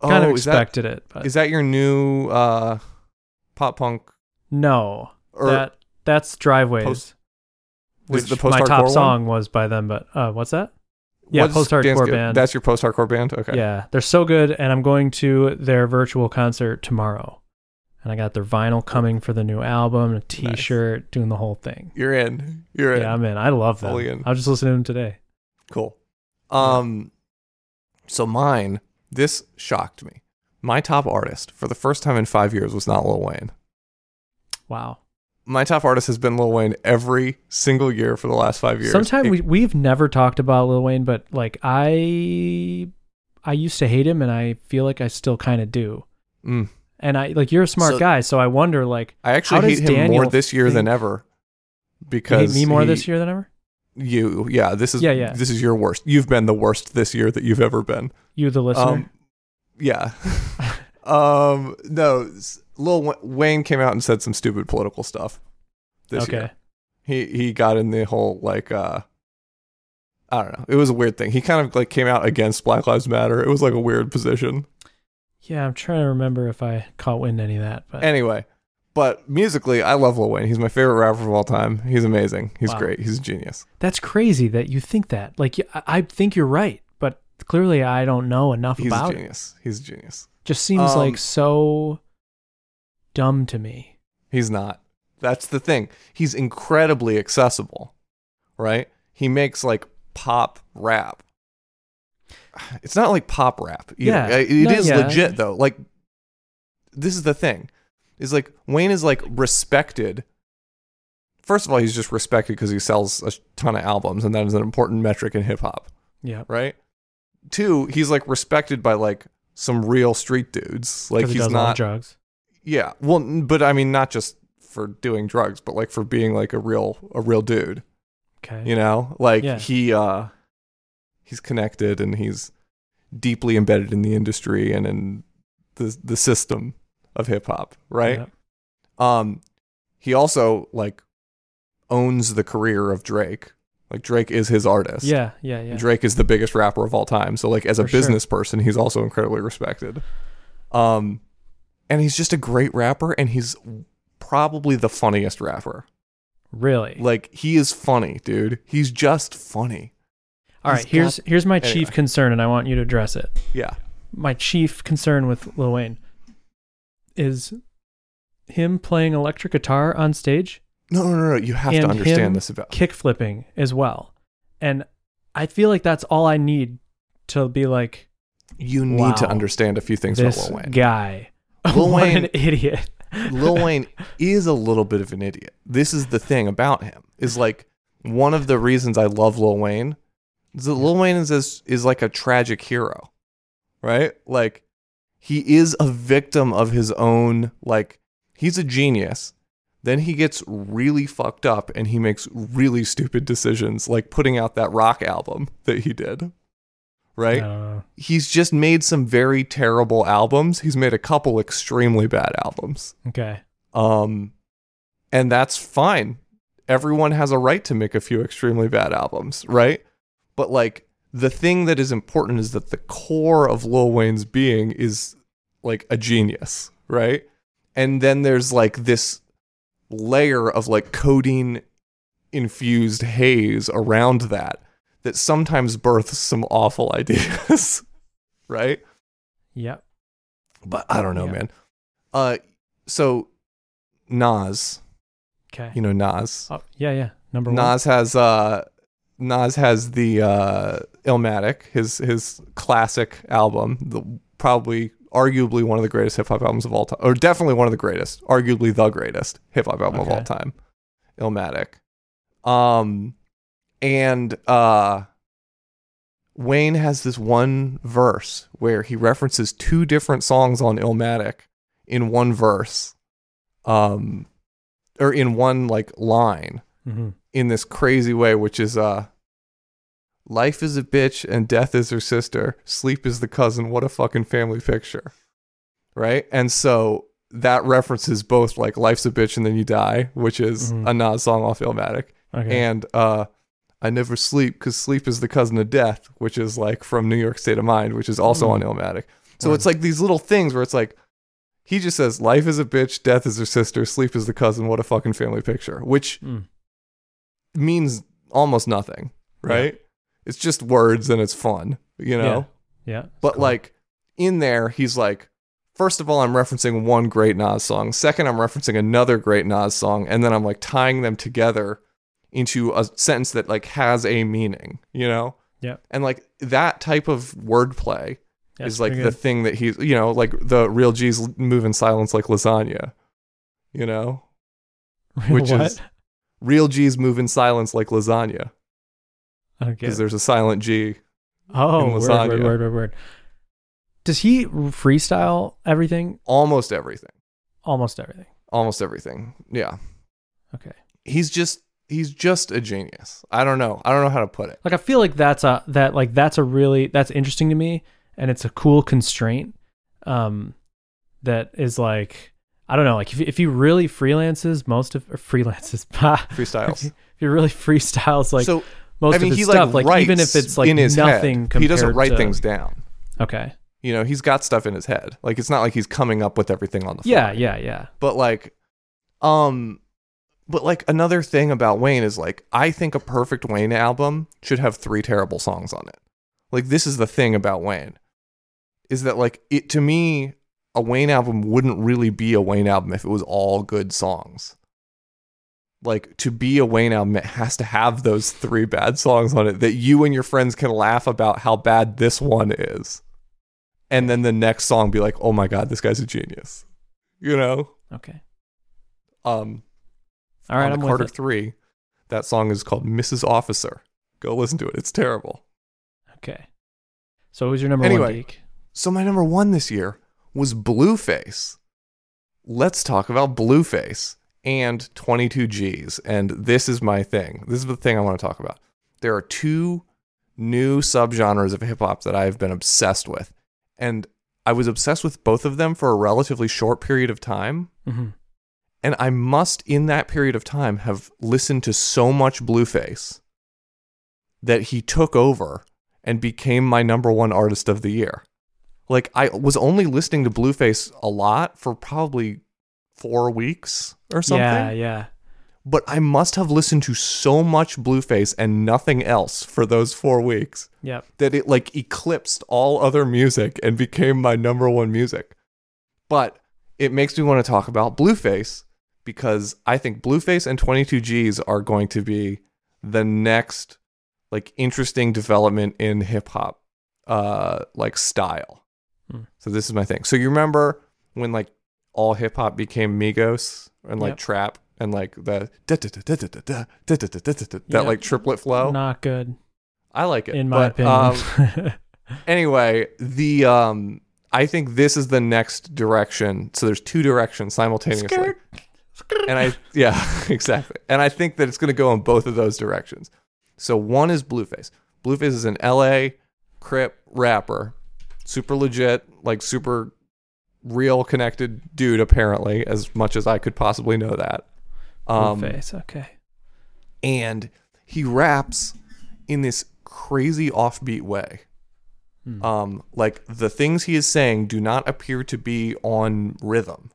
S1: Kind of
S2: Oh, is that,
S1: expected it, but
S2: is that your new uh, pop punk
S1: no.
S2: or
S1: that That's Driveways,
S2: Post-
S1: which
S2: the
S1: my
S2: post-hardcore
S1: top
S2: one?
S1: song was by them. But uh, what's that? Yeah,
S2: What's
S1: post-hardcore
S2: Dan's Good?
S1: band.
S2: That's your post hardcore band. Okay.
S1: Yeah, they're so good, and I'm going to their virtual concert tomorrow. And I got their vinyl coming for the new album, a T-shirt, doing the whole thing.
S2: You're in. You're in.
S1: Yeah, I'm in. I love them.
S2: Fully in.
S1: I was just listening to them today.
S2: Cool. Um so mine, this shocked me. My top artist for the first time in 5 years was not Lil Wayne.
S1: Wow.
S2: My top artist has been Lil Wayne every single year for the last 5 years.
S1: Sometimes
S2: It-
S1: we we've never talked about Lil Wayne, but like I, I used to hate him, and I feel like I still kind of do.
S2: Mm.
S1: And I like you're a smart
S2: So-
S1: guy, so I wonder like
S2: I
S1: How
S2: actually
S1: does
S2: hate him more
S1: Daniel
S2: this year than
S1: think-
S2: ever.
S1: you hate
S2: Because
S1: me more
S2: he-
S1: this year than ever.
S2: You, yeah, this is
S1: Yeah, yeah.
S2: this is your worst. You've been the worst this year that you've ever been.
S1: You the listener.
S2: Um, yeah. um, no, s- Lil Wa- Wayne came out and said some stupid political stuff this
S1: okay.
S2: year. He he got in the whole like uh, I don't know. It was a weird thing. He kind of like came out against Black Lives Matter. It was like a weird position.
S1: Yeah, I'm trying to remember if I caught wind any of that, but
S2: Anyway, but musically, I love Lil Wayne. He's my favorite rapper of all time. He's amazing. He's
S1: Wow.
S2: great. He's a genius.
S1: That's crazy that you think that. Like, y- I I think you're right, but clearly I don't know enough
S2: He's a
S1: about it.
S2: genius. He's a genius.
S1: Just seems
S2: Um,
S1: like so dumb to me.
S2: He's not. That's the thing. He's incredibly accessible, right? He makes like pop rap. It's not like pop rap. either.
S1: Yeah.
S2: Uh, it
S1: No,
S2: is
S1: yeah.
S2: legit though. Like this is the thing. Is like Wayne is like respected. First of all, he's just respected because he sells a ton of albums, and that is an important metric in hip hop,
S1: Yeah.
S2: right? Two, he's like respected by like some real street dudes. Like
S1: 'cause he
S2: he's
S1: does all the
S2: not
S1: drugs.
S2: yeah. Well, n- but I mean, not just for doing drugs, but like for being like a real a real dude.
S1: Okay.
S2: You know, like
S1: Yeah.
S2: he uh he's connected and he's deeply embedded in the industry and in the the system of hip hop, right?
S1: Yeah.
S2: Um, he also like owns the career of Drake. Like Drake is his artist.
S1: Yeah. Yeah. yeah.
S2: Drake is the biggest rapper of all time. So like as a
S1: For sure.
S2: business person, he's also incredibly respected. Um and he's just a great rapper and he's probably the funniest rapper.
S1: really.
S2: Like he is funny, dude. He's just funny.
S1: all right.
S2: he's
S1: Here's here's my
S2: Anyway.
S1: chief concern, and I want you to address it.
S2: Yeah.
S1: My chief concern with Lil Wayne is him playing electric guitar on stage.
S2: No, no, no, no. You have to
S1: and him
S2: understand this about
S1: kick flipping as well. And I feel like that's all I need to be like
S2: you need to
S1: Wow.
S2: understand a few things about
S1: this
S2: Lil Wayne.
S1: guy.
S2: Lil
S1: what
S2: Wayne-
S1: an idiot.
S2: Lil Wayne is a little bit of an idiot. This is the thing about him. Is like one of the reasons I love Lil Wayne is that Lil Wayne is is, is like a tragic hero. Right? Like he is a victim of his own like he's a genius. Then he gets really fucked up and he makes really stupid decisions like putting out that rock album that he did. Right?
S1: Uh,
S2: He's just made some very terrible albums. He's made a couple extremely bad albums.
S1: okay.
S2: Um, and that's fine. Everyone has a right to make a few extremely bad albums, right? But like the thing that is important is that the core of Lil Wayne's being is like a genius, right? And then there's like this layer of like codeine infused haze around that that sometimes births some awful ideas, right?
S1: Yep.
S2: But I don't know,
S1: Yeah.
S2: man. Uh, so Nas,
S1: Okay.
S2: you know Nas.
S1: oh, yeah, yeah. Number one.
S2: Nas has uh, Nas has the uh, Illmatic, his his classic album, the probably arguably one of the greatest hip hop albums of all time, or definitely one of the greatest, arguably the greatest hip hop album of all
S1: Okay.
S2: time, Illmatic. Um, and uh, Wayne has this one verse where he references two different songs on Illmatic in one verse, um, or in one like line
S1: Mhm.
S2: in this crazy way, which is uh life is a bitch and death is her sister, sleep is the cousin, what a fucking family picture. Right? And so that references both like life's a bitch and then you die, which is
S1: Mhm.
S2: a Nas song off Illmatic,
S1: Okay.
S2: and uh I never sleep because sleep is the cousin of death, which is like from New York State of Mind, which is also
S1: Mm.
S2: on Illmatic. So
S1: Word.
S2: it's like these little things where it's like He just says, "Life is a bitch. Death is her sister. Sleep is the cousin. What a fucking family picture." Which
S1: Mm.
S2: means almost nothing, right? It's just words and it's fun, you know.
S1: Yeah. yeah.
S2: But like in there, he's like, first of all, I'm referencing one great Nas song. Second, I'm referencing another great Nas song, and then I'm like tying them together into a sentence that like has a meaning, you know?
S1: Yeah.
S2: And like that type of wordplay
S1: Yeah,
S2: is
S1: it's
S2: like
S1: pretty
S2: the
S1: good.
S2: thing that he's, you know, like the real G's l- move in silence like lasagna, you know? which
S1: what?
S2: is- Real G's move in silence like lasagna
S1: I don't get
S2: because
S1: it.
S2: there's a silent G.
S1: Oh,
S2: in
S1: word, word,
S2: lasagna.
S1: word, word, word. Does he freestyle everything?
S2: Almost everything.
S1: Almost everything.
S2: Almost everything. Yeah.
S1: Okay.
S2: he's just he's just a genius. I don't know. I don't know how to put it.
S1: Like I feel like that's a that like that's a really that's interesting to me, and it's a cool constraint. Um, that is like I don't know. Like if if he really freelances most of or freelances, bah,
S2: Freestyles.
S1: if he really freestyles like
S2: so
S1: most
S2: I mean,
S1: of
S2: he
S1: his stuff, like,
S2: writes
S1: even if it's like
S2: in his
S1: nothing
S2: head.
S1: compared
S2: He doesn't write
S1: to-
S2: things down.
S1: Okay.
S2: You know, he's got stuff in his head. Like it's not like he's coming up with everything on the fly.
S1: Yeah, yeah, yeah.
S2: But like, um, but like another thing about Wayne is like I think a perfect Wayne album should have three terrible songs on it. Like this is the thing about Wayne, is that like it to me a Wayne album wouldn't really be a Wayne album if it was all good songs. Like to be a Wayne album, it has to have those three bad songs on it that you and your friends can laugh about how bad this one is, and then the next song be like, "Oh my god, this guy's a genius," you know.
S1: Okay.
S2: Um,
S1: All right.
S2: on
S1: I'm
S2: the
S1: with
S2: Carter
S1: it.
S2: Three. That song is called "Mrs. Officer." Go listen to it; it's terrible.
S1: Okay. So who's your number one
S2: Anyway.
S1: geek?
S2: So my number one this year was Blueface. Let's talk about Blueface and 22 Gs. And this is my thing. This is the thing I want to talk about. There are two new subgenres of hip hop that I've been obsessed with, and I was obsessed with both of them for a relatively short period of time.
S1: hmm
S2: And I must, in that period of time, have listened to so much Blueface that he took over and became my number one artist of the year. Like, I was only listening to Blueface a lot for probably four weeks or something.
S1: Yeah, yeah.
S2: But I must have listened to so much Blueface and nothing else for those four weeks
S1: Yep.
S2: that it like eclipsed all other music and became my number one music. But it makes me want to talk about Blueface because I think Blueface and 22 Gs are going to be the next like interesting development in hip hop uh like style.
S1: Hmm.
S2: So this is my thing. So you remember when like all hip hop became Migos and like
S1: Yep.
S2: trap and like the da da da da da da da da da da da
S1: Yep.
S2: that like triplet flow.
S1: Not good,
S2: I like it.
S1: in my
S2: but, um,
S1: opinion.
S2: anyway, the um I think this is the next direction. So there's two directions simultaneously.
S1: Skirt. Skirt.
S2: And I yeah, exactly. And I think that it's going to go in both of those directions. So one is Blueface. Blueface is an LA Crip rapper. Super legit, like super real connected dude apparently as much as I could possibly know that. Um
S1: face. Okay.
S2: and he raps in this crazy offbeat way.
S1: Hmm.
S2: Um, like the things he is saying do not appear to be on rhythm,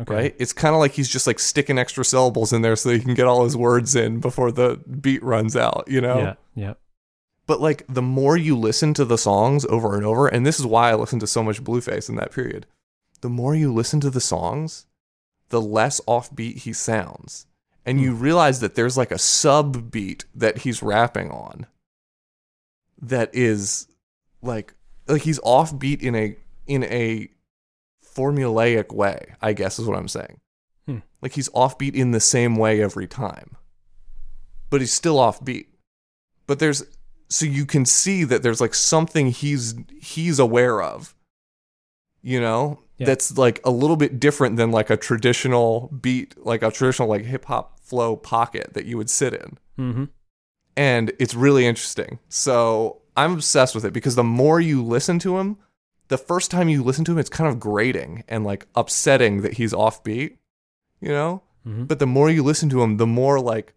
S1: Okay.
S2: right? It's kind of like he's just like sticking extra syllables in there so he can get all his words in before the beat runs out, you know?
S1: Yeah. Yeah.
S2: But like the more you listen to the songs over and over, and this is why I listened to so much Blueface in that period, the more you listen to the songs, the less offbeat he sounds. And you realize that there's like a sub beat that he's rapping on that is like like he's offbeat in a in a formulaic way, I guess is what I'm saying.
S1: Hmm.
S2: Like he's offbeat in the same way every time. But he's still offbeat. But there's so you can see that there's like something he's he's aware of you know
S1: Yeah.
S2: that's like a little bit different than like a traditional beat like a traditional like hip hop flow pocket that you would sit in
S1: Mm-hmm.
S2: and it's really interesting so i'm obsessed with it because the more you listen to him the first time you listen to him it's kind of grating and like upsetting that he's offbeat you know
S1: Mm-hmm.
S2: but the more you listen to him, the more like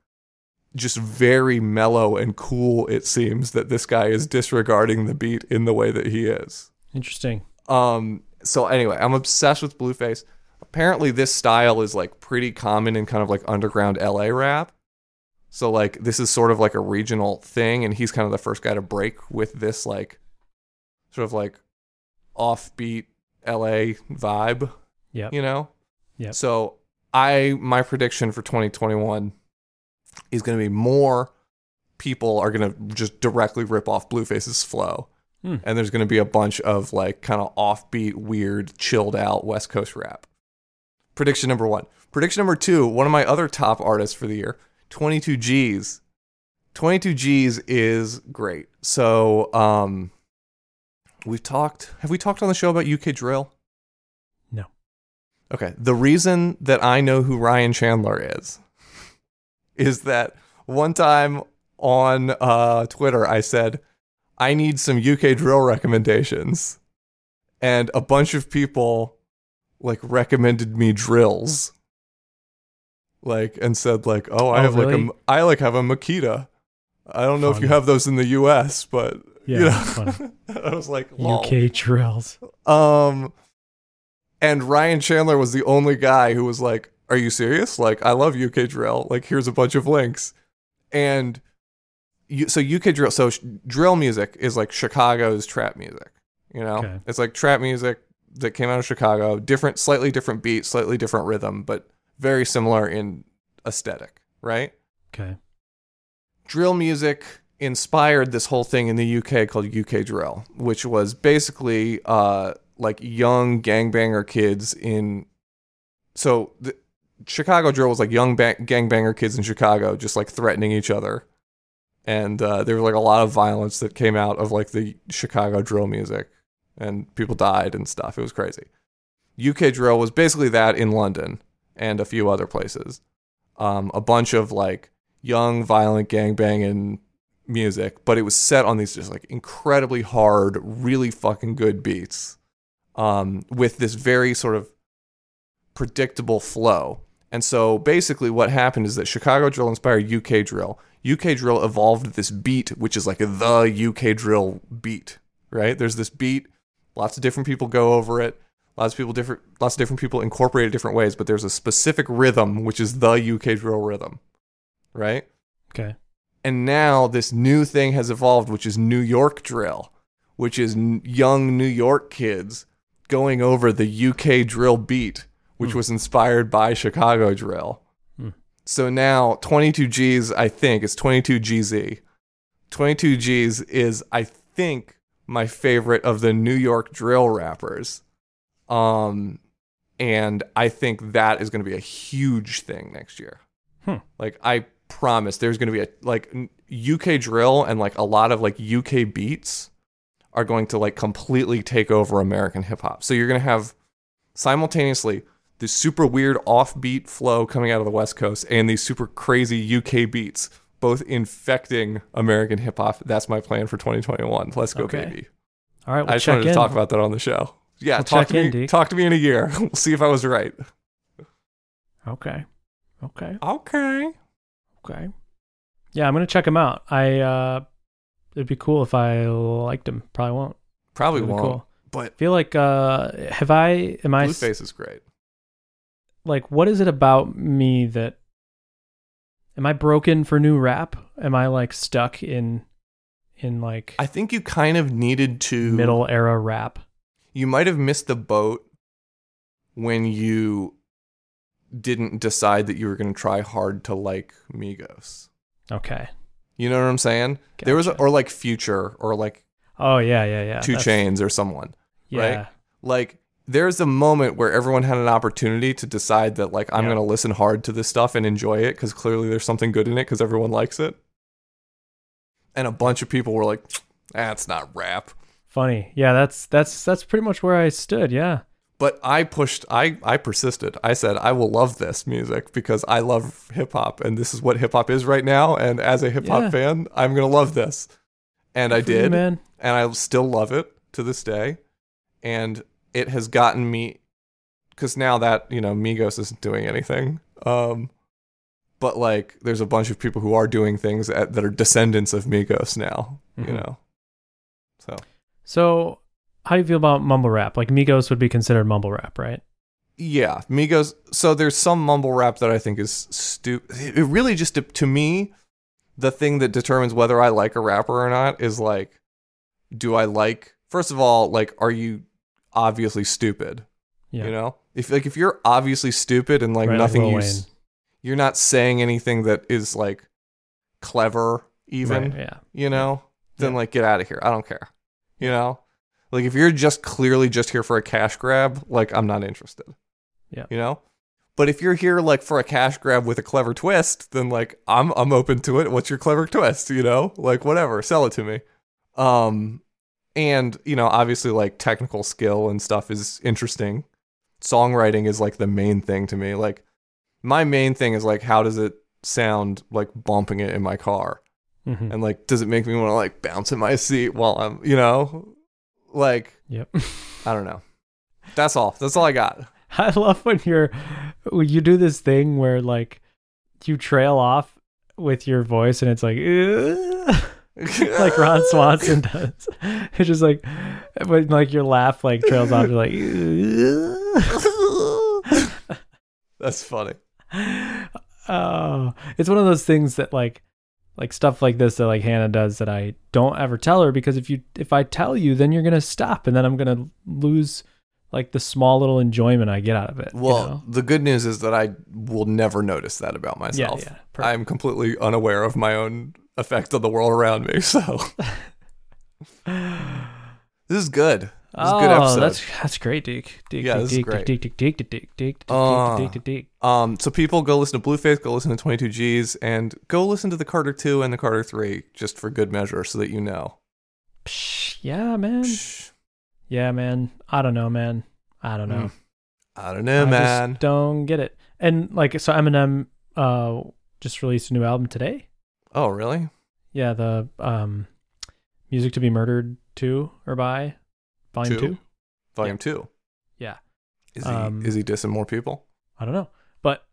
S2: just very mellow and cool it seems that this guy is disregarding the beat in the way that he is.
S1: Interesting.
S2: Um, so anyway, I'm obsessed with Blueface. Apparently, this style is like pretty common in kind of like underground LA rap. So like this is sort of like a regional thing, and he's kind of the first guy to break with this like sort of like offbeat LA vibe.
S1: Yep.
S2: You know.
S1: Yep.
S2: So I my prediction for 2021 is going to be more people are going to just directly rip off Blueface's flow.
S1: Hmm.
S2: And there's going to be a bunch of like kind of offbeat, weird, chilled out West Coast rap. Prediction number one. Prediction number two one of my other top artists for the year, 22 G's. 22 G's is great. So, um, we've talked, have we talked on the show about UK Drill?
S1: No.
S2: Okay. The reason that I know who Ryan Chandler is is that one time on uh, Twitter, I said, I need some UK drill recommendations. And a bunch of people like recommended me drills. Like and said like, "Oh, I
S1: Oh,
S2: have like
S1: really?
S2: a I like have a Makita. I don't know if you
S1: Fun.
S2: have those in the US, but
S1: Yeah,
S2: you
S1: that's
S2: know."
S1: funny.
S2: I was like, "Lol."
S1: UK drills.
S2: Um, and Ryan Chandler was the only guy who was like, "Are you serious? Like, I love UK drill. Like, here's a bunch of links." And you, so UK drill, so sh- drill music is like Chicago's trap music. You know,
S1: Okay.
S2: it's like trap music that came out of Chicago, different, slightly different beat, slightly different rhythm, but very similar in aesthetic, right?
S1: Okay.
S2: drill music inspired this whole thing in the UK called UK drill, which was basically uh, like young gangbanger kids in. So the Chicago drill was like young ba- gangbanger kids in Chicago just like threatening each other, and uh, there was like a lot of violence that came out of like the Chicago drill music, and people died and stuff. It was crazy. UK drill was basically that in London and a few other places. Um, a bunch of like young, violent, gangbanging music, but it was set on these just like incredibly hard, really fucking good beats um, with this very sort of predictable flow. And so basically, what happened is that Chicago drill inspired UK drill. UK drill evolved this beat, which is like the UK drill beat, right? There's this beat, lots of different people go over it. Lots of people different lots of different people incorporate it different ways, but there's a specific rhythm which is the UK drill rhythm. Right?
S1: Okay.
S2: and now this new thing has evolved, which is New York drill, which is n- young New York kids going over the UK drill beat, which
S1: Hmm.
S2: was inspired by Chicago drill.
S1: Hmm.
S2: So now 22 G's, I think, it's 22 GZ. 22 G's is, I think, my favorite of the New York drill rappers. Um, and I think that is going to be a huge thing next year.
S1: Hmm.
S2: Like I promise, there's going to be a like n- UK drill and like a lot of like UK beats are going to like completely take over American hip hop. So you're going to have simultaneously the super weird offbeat flow coming out of the West Coast and these super crazy UK beats both infecting American hip hop. That's my plan for 2021. Let's go,
S1: Okay.
S2: baby.
S1: All right. We'll
S2: I just
S1: check
S2: wanted to
S1: in.
S2: talk about that on the show. Yeah,
S1: We'll
S2: talk
S1: check
S2: to me.
S1: in, Deke.
S2: Talk to me in a year. we'll see if I was right.
S1: okay. Okay.
S2: Okay.
S1: Okay. Yeah, I'm gonna check him out. I uh it'd be cool if I liked him. Probably won't.
S2: Probably
S1: It'd be
S2: won't.
S1: cool.
S2: But
S1: feel like uh have I am I s-
S2: Blueface is great.
S1: like what is it about me that am I broken for new rap? Am I like stuck in in like
S2: I think you kind of needed to
S1: middle era rap?
S2: You might have missed the boat when you didn't decide that you were going to try hard to like Migos.
S1: Okay.
S2: You know what I'm saying? There was, a,
S1: Gotcha.
S2: or like Future, or like
S1: Oh yeah, yeah, yeah.
S2: Two
S1: That's-
S2: Chains, or someone.
S1: Yeah.
S2: right? like there's a moment where everyone had an opportunity to decide that like I'm
S1: Yeah.
S2: gonna listen hard to this stuff and enjoy it because clearly there's something good in it because everyone likes it. And a bunch of people were like, "That's not rap."
S1: Funny. Yeah, that's that's that's pretty much where I stood, yeah.
S2: But I pushed, I I persisted. I said I will love this music because I love hip hop and this is what hip hop is right now. And as a hip hop
S1: Yeah.
S2: fan, I'm gonna love this. And I
S1: Good for you,
S2: did.
S1: man.
S2: and I still love it to this day. And it has gotten me because now that you know Migos isn't doing anything, um, but like there's a bunch of people who are doing things
S1: Mm-hmm.
S2: at, that are descendants of Migos now,
S1: Mhm.
S2: you know. So
S1: So how do you feel about mumble rap? Like Migos would be considered mumble rap, right?
S2: yeah migos so there's some mumble rap that i think is stupid it really just de- to me the thing that determines whether i like a rapper or not is like do i like first of all like are you obviously stupid
S1: Yeah.
S2: you know if like if you're obviously stupid and like
S1: Right, like
S2: nothing
S1: Lil
S2: you s- you're not saying anything that is like clever even
S1: Right, yeah.
S2: you know, then
S1: Yeah.
S2: like get out of here. I don't care. You know, like if you're just clearly just here for a cash grab, like I'm not interested.
S1: Yeah.
S2: You know, but if you're here like for a cash grab with a clever twist, then like I'm I'm open to it. What's your clever twist? You know, like whatever, sell it to me. Um, and you know, obviously like technical skill and stuff is interesting. Songwriting is like the main thing to me. Like my main thing is like how does it sound like bumping it in my car
S1: Mhm.
S2: and like does it make me want to like bounce in my seat while i'm you know like
S1: Yep.
S2: i don't know that's all that's all i got
S1: I love when you're when you do this thing where like you trail off with your voice and it's like like Ron Swanson does. It's just like but like your laugh like trails off you're like
S2: that's funny
S1: oh, it's one of those things that like like stuff like this that like Hannah does that I don't ever tell her because if you if I tell you then you're gonna stop and then I'm gonna lose like the small little enjoyment I get out of it. you
S2: well
S1: know?
S2: the good news is that i will never notice that about myself
S1: yeah, perfect.
S2: i'm completely unaware of my own effect on the world around me so this is good this is a good episode
S1: Oh, that's that's great, Deke. Deke,
S2: Yeah,
S1: Deke,
S2: this is
S1: Deke,
S2: great.
S1: Deke, Deke, Deke, Deke, Deke, Deke, Deke,
S2: Ah.
S1: Deke, Deke, Deke.
S2: Um, so people go listen to Blueface, go listen to 22Gs, and go listen to the Carter 2 and the Carter 3 just for good measure so that you know.
S1: Psh, Yeah, man.
S2: Psh,
S1: Yeah, man. I don't know, man. I don't know.
S2: I don't know,
S1: I
S2: Mm. man.
S1: Just don't get it. And like, so Eminem uh, just released a new album today.
S2: Oh, really?
S1: Yeah, the um, music to be murdered to or by, volume
S2: Two?
S1: two.
S2: Volume 2.
S1: Yeah.
S2: Is he,
S1: Um,
S2: is he dissing more people?
S1: I don't know, but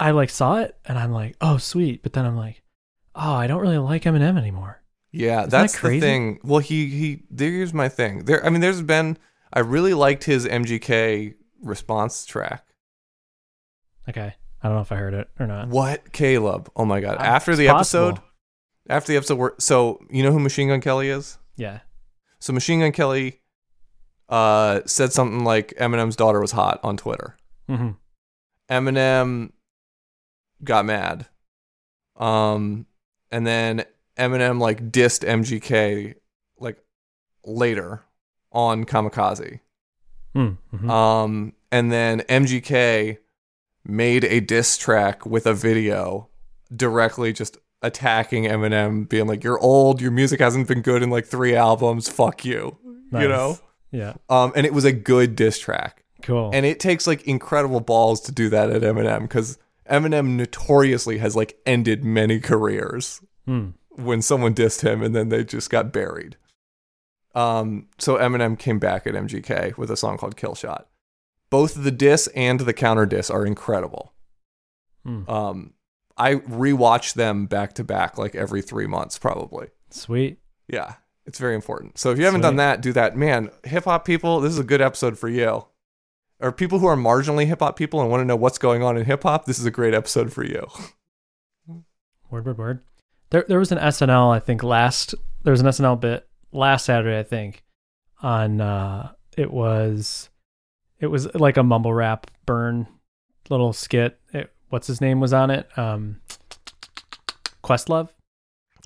S1: I like saw it and I'm like, oh sweet. But then I'm like, oh, I don't really like Eminem anymore.
S2: Yeah,
S1: Isn't that
S2: that's
S1: crazy?
S2: the thing. Well, he he. There's my thing. There, I mean, there's been. I really liked his MGK response track.
S1: Okay, I don't know if I heard it or not.
S2: What, Caleb? Oh my God!
S1: I- Uh,
S2: After
S1: it's
S2: the episode,
S1: possible.
S2: after the episode, we're, so you know who Machine Gun Kelly is?
S1: yeah,
S2: So Machine Gun Kelly uh, said something like Eminem's daughter was hot on Twitter.
S1: hmm
S2: Eminem got mad. Um, and then Eminem like dissed MGK like later on Kamikaze.
S1: Mm-hmm.
S2: Um, and then MGK made a diss track with a video directly just attacking Eminem, being like, "You're old. Your music hasn't been good in like three albums. Fuck you." You
S1: Nice.
S2: know.
S1: yeah,
S2: Um, and it was a good diss track.
S1: cool.
S2: And it takes like incredible balls to do that at Eminem because Eminem notoriously has like ended many careers
S1: Mm.
S2: when someone dissed him and then they just got buried. Um, so Eminem came back at MGK with a song called Kill Shot. Both the diss and the counter diss are incredible.
S1: Mm.
S2: Um, I rewatch them back to back like every three months, probably.
S1: Sweet.
S2: Yeah, it's very important. So if you haven't
S1: Sweet.
S2: done that, do that. Man, hip hop people, this is a good episode for you. Or people who are marginally hip hop people and want to know what's going on in hip hop, this is a great episode for you.
S1: Word, word, word. There, there was an SNL, I think, last, there was an SNL bit last Saturday, I think, on, uh, it was, it was like a mumble rap burn little skit. It, what's his name was on it? Um, Questlove.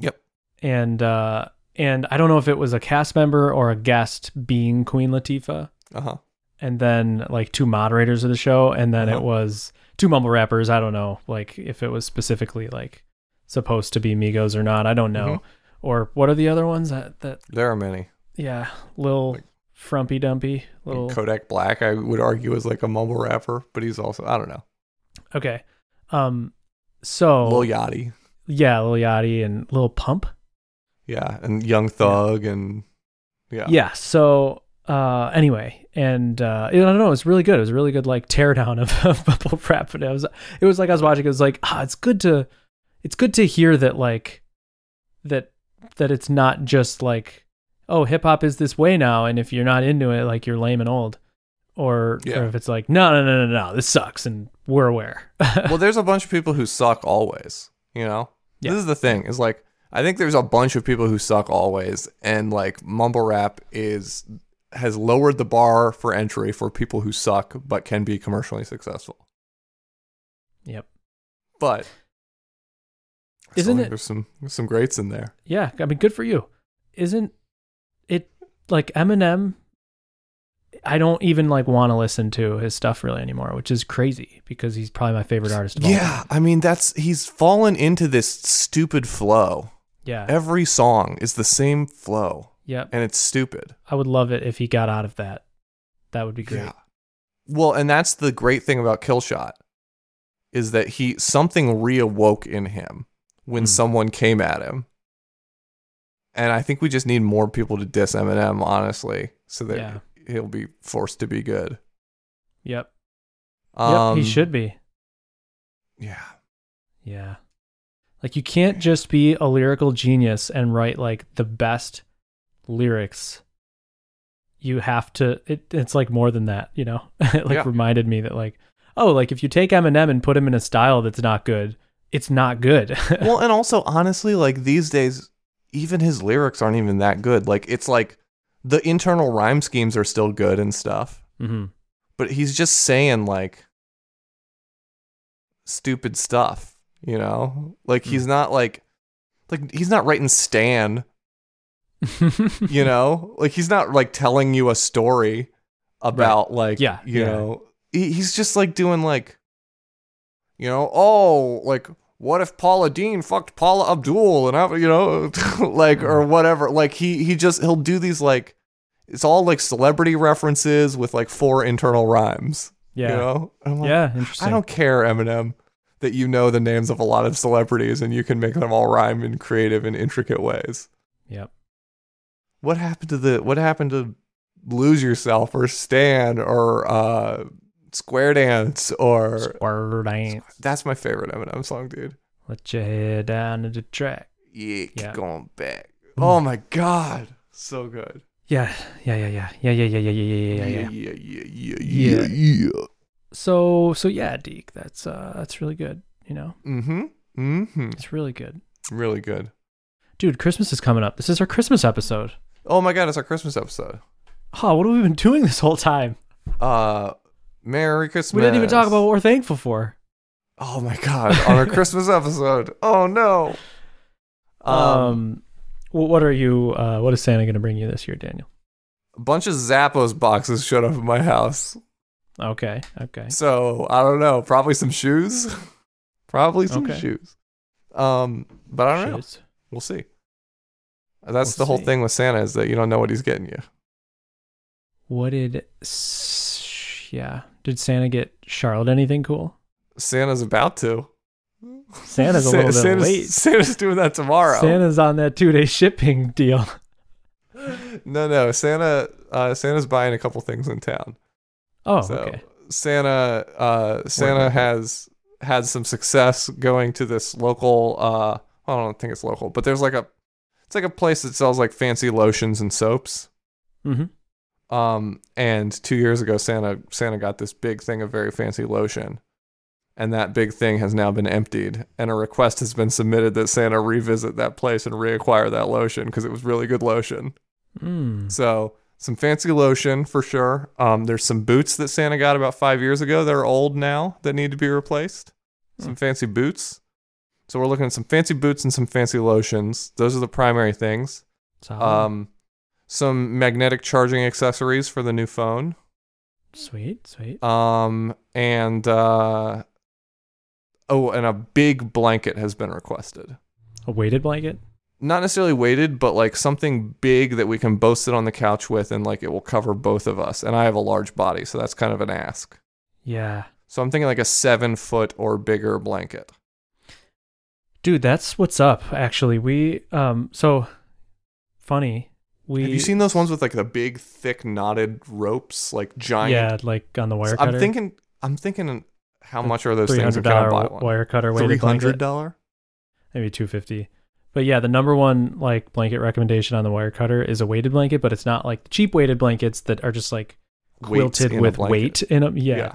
S2: Yep.
S1: And, uh, and I don't know if it was a cast member or a guest being Queen Latifah.
S2: Uh huh.
S1: and then like two moderators of the show, and then
S2: Uh-huh.
S1: it was two mumble rappers. I don't know, like if it was specifically like supposed to be Migos or not. I don't know.
S2: Mhm.
S1: Or what are the other ones that that
S2: There are many.
S1: yeah, little
S2: Like-
S1: frumpy dumpy little
S2: Kodak Black, I would argue, is like a mumble rapper, but he's also, I don't know,
S1: okay, um, so
S2: Lil Yachty.
S1: yeah, Lil Yachty and Lil Pump.
S2: Yeah. And Young Thug and yeah.
S1: yeah so uh anyway and uh you know, i don't know it was really good it was a really good like teardown of, of bubble wrap and it was it was like i was watching it was like ah it's good to it's good to hear that like that that it's not just like oh, hip hop is this way now, and if you're not into it, like you're lame and old, or,
S2: Yeah.
S1: or if it's like, no, no, no, no, no, this sucks, and we're aware.
S2: well, there's a bunch of people who suck always, you know?
S1: Yeah.
S2: This is the thing, is like I think there's a bunch of people who suck always and like mumble rap is has lowered the bar for entry for people who suck but can be commercially successful.
S1: Yep.
S2: But I still
S1: Isn't
S2: think
S1: it-
S2: there's some there's some greats in there.
S1: yeah, I mean, good for you. Isn't it like Eminem? I don't even like want to listen to his stuff really anymore, which is crazy because he's probably my favorite artist. Of all time.
S2: Yeah, I mean that's he's fallen into this stupid flow.
S1: yeah,
S2: Every song is the same flow
S1: yeah.
S2: and it's stupid.
S1: I would love it if he got out of that. That would be great.
S2: Well, and that's the great thing about Killshot is that he something reawoke in him when
S1: Hmm.
S2: someone came at him. And I think we just need more people to diss Eminem, honestly, so that
S1: Yeah.
S2: he'll be forced to be good.
S1: Yep.
S2: Um,
S1: yep. He should be.
S2: Yeah.
S1: Yeah. Like you can't just be a lyrical genius and write like the best lyrics. You have to it, it's like more than that, you know? it like
S2: Yeah.
S1: reminded me that like, oh, like if you take Eminem and put him in a style that's not good, it's not good.
S2: well, and also honestly, like these days, even his lyrics aren't even that good. Like it's like the internal rhyme schemes are still good and stuff.
S1: hmm
S2: but he's just saying like stupid stuff, you know? Like he's not like like he's not writing Stan, you know? like he's not like telling you a story about like
S1: Yeah,
S2: you
S1: yeah.
S2: know. He, he's just like doing like you know, oh, like what if Paula Dean fucked Paula Abdul and I, you know, like or
S1: Mm-hmm.
S2: whatever. Like he he just he'll do these like it's all like celebrity references with like four internal rhymes.
S1: yeah.
S2: You know? And I'm like,
S1: yeah, interesting.
S2: I don't care, Eminem, that you know the names of a lot of celebrities and you can make them all rhyme in creative and intricate ways.
S1: Yep.
S2: What happened to the what happened to lose yourself or stand or uh square dance or
S1: Squirt.
S2: that's my favorite Eminem song, dude.
S1: Let your head down to the track.
S2: Yeah, keep
S1: Yeah.
S2: going back. Oh my god. So good.
S1: Yeah, yeah, yeah, yeah, yeah, yeah, yeah, yeah, yeah, yeah, yeah, yeah.
S2: yeah, yeah, yeah, yeah. yeah.
S1: So, so yeah, Deke, that's uh, that's really good. You know,
S2: Mm-hmm. Mm-hmm.
S1: it's really good.
S2: Really good.
S1: Dude, Christmas is coming up. This is our Christmas episode.
S2: Oh my god, it's our Christmas episode.
S1: Oh, what have we been doing this whole time?
S2: Uh Merry Christmas.
S1: We didn't even talk about what we're thankful for.
S2: Oh my god, on our Christmas episode. Oh no.
S1: Um,
S2: Um,
S1: wh- what are you? Uh, what is Santa going to bring you this year, Daniel?
S2: a bunch of Zappos boxes showed up at my house.
S1: Okay, okay.
S2: So, I don't know, probably some shoes. probably some
S1: Okay.
S2: shoes. Um, but I don't know.
S1: Shit.
S2: We'll see. That's
S1: We'll
S2: the whole
S1: see.
S2: thing with Santa is that you don't know what he's getting you.
S1: What did? S- yeah, did Santa get Charlotte anything cool?
S2: Santa's about to.
S1: Santa's a
S2: Sa-
S1: little bit
S2: Santa's,
S1: late.
S2: Santa's doing that tomorrow.
S1: Santa's on that two-day shipping deal.
S2: No, no. Santa uh, Santa's buying a couple things in town.
S1: Oh,
S2: so
S1: okay.
S2: Santa uh, Santa
S1: Work, work,
S2: has had some success going to this local. Uh, I don't think it's local, but there's like a it's like a place that sells like fancy lotions and soaps.
S1: Mm-hmm.
S2: Um, and two years ago, Santa Santa got this big thing of very fancy lotion, and that big thing has now been emptied. And a request has been submitted that Santa revisit that place and reacquire that lotion because it was really good lotion.
S1: Mm.
S2: So some fancy lotion for sure. Um, there's some boots that Santa got about five years ago that are old now that need to be replaced.
S1: Hmm.
S2: Some fancy boots. So we're looking at some fancy boots and some fancy lotions. Those are the primary things.
S1: Solid.
S2: Um, some magnetic charging accessories for the new phone.
S1: sweet, sweet.
S2: Um, and uh, oh, and a big blanket has been requested.
S1: A weighted blanket.
S2: Not necessarily weighted, but like something big that we can both sit on the couch with and like it will cover both of us. And I have a large body, so that's kind of an ask.
S1: Yeah.
S2: So I'm thinking like a seven foot or bigger blanket.
S1: Dude, that's what's up. Actually, we um so funny. We
S2: have you seen those ones with like the big, thick, knotted ropes, like giant?
S1: yeah, like on the wire cutter.
S2: I'm thinking. I'm thinking. How
S1: Like
S2: much are those
S1: three
S2: things?
S1: hundred
S2: and Can I
S1: dollar
S2: buy one?
S1: wire cutter
S2: Three
S1: weighted
S2: hundred
S1: blanket,
S2: dollar.
S1: maybe two fifty. But yeah, the number one like blanket recommendation on the wire cutter is a weighted blanket, but it's not like the cheap weighted blankets that are just like
S2: Weights
S1: quilted
S2: in a
S1: with
S2: blanket.
S1: weight in them. Yeah,
S2: Yeah.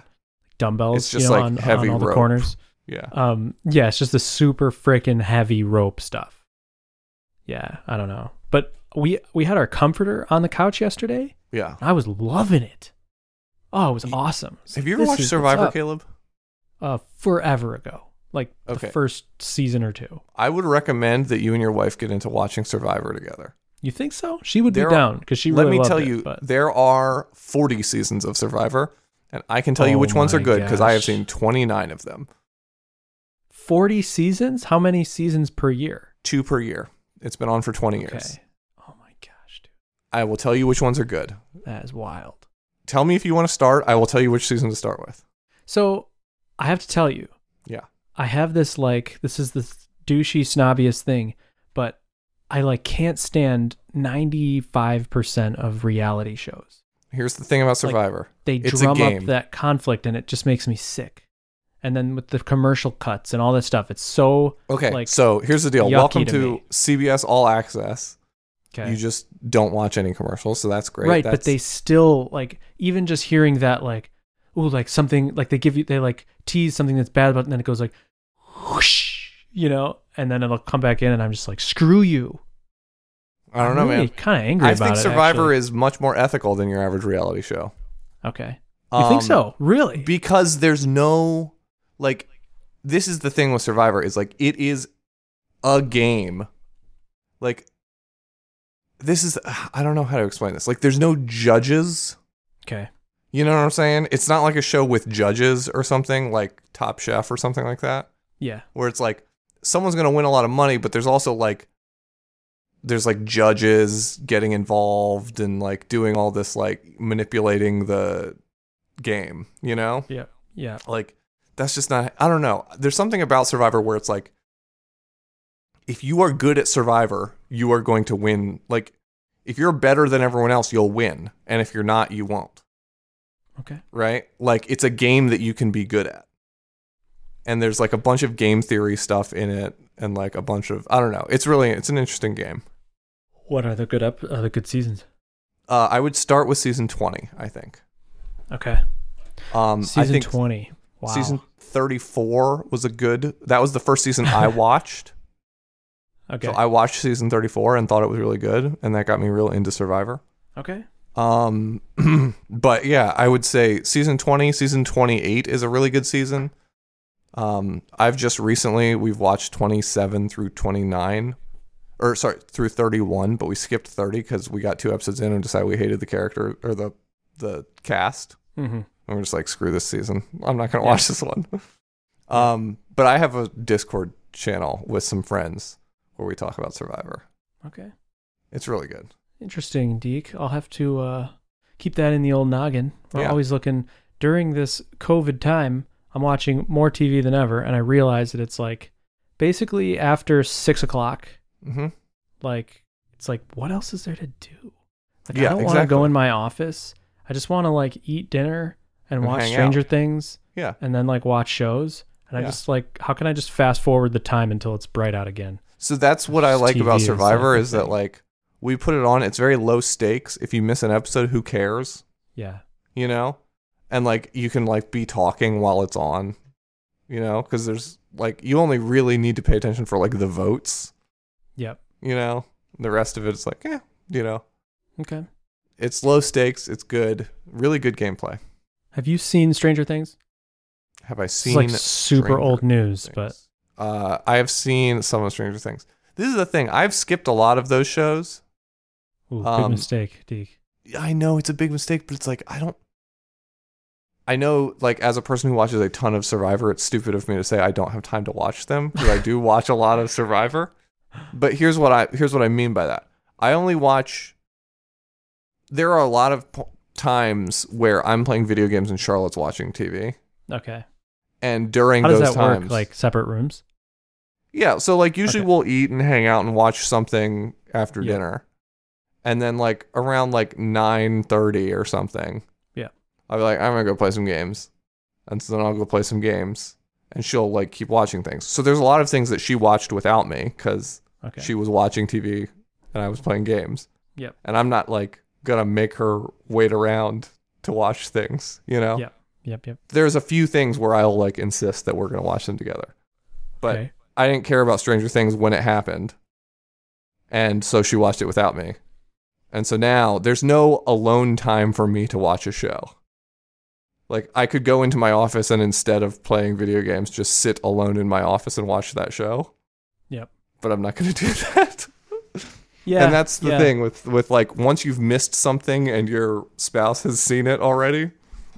S1: dumbbells.
S2: It's just
S1: you know,
S2: like
S1: on,
S2: heavy
S1: on all the
S2: rope.
S1: corners.
S2: Yeah.
S1: Um, yeah, it's just the super frickin' heavy rope stuff. Yeah, I don't know, but we we had our comforter on the couch yesterday.
S2: Yeah.
S1: And I was loving it. Oh, it was
S2: Y-
S1: awesome. It's
S2: Have
S1: like,
S2: you ever
S1: this
S2: watched
S1: is what's
S2: Survivor,
S1: up.
S2: Caleb?
S1: Uh, forever ago, like
S2: Okay.
S1: the first season or two.
S2: I would recommend that you and your wife get into watching Survivor together.
S1: You think so? She would
S2: There
S1: be
S2: are-
S1: down because she
S2: Let
S1: really
S2: me
S1: loved
S2: tell
S1: it,
S2: you,
S1: but-
S2: there are 40 seasons of Survivor, and I can tell you
S1: Oh
S2: which ones are
S1: my
S2: good because I have
S1: gosh.
S2: seen 29 of them,
S1: 40 seasons? How many seasons per year?
S2: two per year. It's been on for 20 years.
S1: Okay. Oh my gosh, dude.
S2: I will tell you which ones are good.
S1: That is wild.
S2: Tell me if you want to start. I will tell you which season to start with.
S1: So I have to tell you,
S2: Yeah.
S1: I have this like, this is the douchey, snobbiest thing, but I like can't stand 95% of reality shows.
S2: Here's the thing about
S1: Like,
S2: Survivor
S1: They
S2: it's
S1: drum
S2: a game.
S1: up that conflict and it just makes me sick. And then with the commercial cuts and all that stuff, it's so
S2: okay.
S1: like,
S2: so here's the deal.
S1: yucky
S2: Welcome
S1: to
S2: to
S1: me.
S2: CBS All Access.
S1: okay.
S2: You just don't watch any commercials, so that's great.
S1: right but
S2: That's-
S1: they still like even just hearing that like oh like something like they give you they like tease something that's bad but then it goes like whoosh you know and then it'll come back in and i'm just like screw you
S2: I don't know, man.
S1: kind of angry
S2: I
S1: about
S2: think
S1: it,
S2: Survivor
S1: actually.
S2: is much more ethical than your average reality show.
S1: okay you think
S2: Um,
S1: so really
S2: because there's no like this is the thing with survivor is like it is a game like this is i don't know how to explain this like there's no judges
S1: okay
S2: you know what i'm saying it's not like a show with judges or something like top chef or something like that
S1: yeah
S2: where it's like someone's going to win a lot of money but there's also like there's like judges getting involved and like doing all this like manipulating the game you know
S1: yeah yeah
S2: like that's just not i don't know there's something about survivor where it's like if you are good at survivor you are going to win like if you're better than everyone else you'll win and if you're not you won't
S1: okay
S2: right like it's a game that you can be good at and there's like a bunch of game theory stuff in it and like a bunch of i don't know it's really it's an interesting game
S1: what are the good up are the good seasons
S2: uh, i would start with season 20 i think
S1: okay
S2: um i
S1: season
S2: think
S1: 20 wow
S2: season 34 was a good that was the first season i watched
S1: okay
S2: So I watched season 34 and thought it was really good, and that got me real into Survivor.
S1: okay
S2: Um, but yeah, I would say season 20, season 28 is a really good season. Um, I've just recently we've watched 27 through 29, or sorry through 31, but we skipped 30 because we got two episodes in and decided we hated the character or the the cast.
S1: mm-hmm.
S2: And we're just like, screw this season. I'm not gonna
S1: Yeah.
S2: watch this one. um, but I have a Discord channel with some friends where we talk about Survivor.
S1: okay
S2: It's really good.
S1: Interesting, Deke. I'll have to uh, keep that in the old noggin. We're
S2: Yeah.
S1: always looking during this COVID time. I'm watching more TV than ever, and I realize that it's like basically after six o'clock.
S2: hmm
S1: Like it's like what else is there to do? Like
S2: Yeah,
S1: I don't want to go
S2: exactly.
S1: in my office. I just want to like eat dinner and,
S2: And
S1: watch
S2: hang out.
S1: Stranger Things,
S2: Yeah.
S1: and then like watch shows. And I
S2: Yeah.
S1: just like how can I just fast forward the time until it's bright out again?
S2: So that's what I
S1: Just
S2: like
S1: TV
S2: about
S1: is
S2: Survivor
S1: like the
S2: is that
S1: thing.
S2: like we put it on. It's very low stakes. If you miss an episode, who cares?
S1: Yeah,
S2: You know, and like you can like be talking while it's on. You know, because there's like you only really need to pay attention for like the votes.
S1: yep.
S2: You know, the rest of it's like eh. You know,
S1: Okay.
S2: it's low stakes. It's good. Really good gameplay.
S1: Have you seen Stranger Things?
S2: Have I
S1: It's
S2: seen?
S1: like super
S2: Stranger
S1: old news,
S2: Things?
S1: but
S2: uh, I have seen some of Stranger Things. This is the thing. I've skipped a lot of those shows.
S1: Ooh, big
S2: Um,
S1: mistake, Deke.
S2: I know it's a big mistake, but it's like I don't. I know, like as a person who watches a ton of Survivor, it's stupid of me to say I don't have time to watch them because I do watch a lot of Survivor. But here's what I here's what I mean by that. I only watch. There are a lot of po- times where I'm playing video games and Charlotte's watching TV,
S1: Okay.
S2: and during
S1: How does
S2: those
S1: that
S2: times,
S1: work? Like separate rooms?
S2: yeah, so like usually
S1: Okay.
S2: we'll eat and hang out and watch something after
S1: Yeah.
S2: dinner. And then like around like 9:30 or something.
S1: Yeah.
S2: I'll be like I'm going to go play some games. And so then I'll go play some games and she'll like keep watching things. So there's a lot of things that she watched without me cuz
S1: Okay.
S2: She was watching TV and I was playing games.
S1: Yep.
S2: And I'm not like gonna make her wait around to watch things, you know?
S1: Yep. Yep. Yep.
S2: There's a few things where I'll like insist that we're gonna watch them together. But
S1: okay.
S2: I didn't care about Stranger Things when it happened. And so she watched it without me. And so now there's no alone time for me to watch a show. Like I could go into my office and instead of playing video games, just sit alone in my office and watch that show.
S1: Yep.
S2: But I'm not going to do that.
S1: Yeah.
S2: and that's the
S1: yeah.
S2: thing with with like once you've missed something and your spouse has seen it already,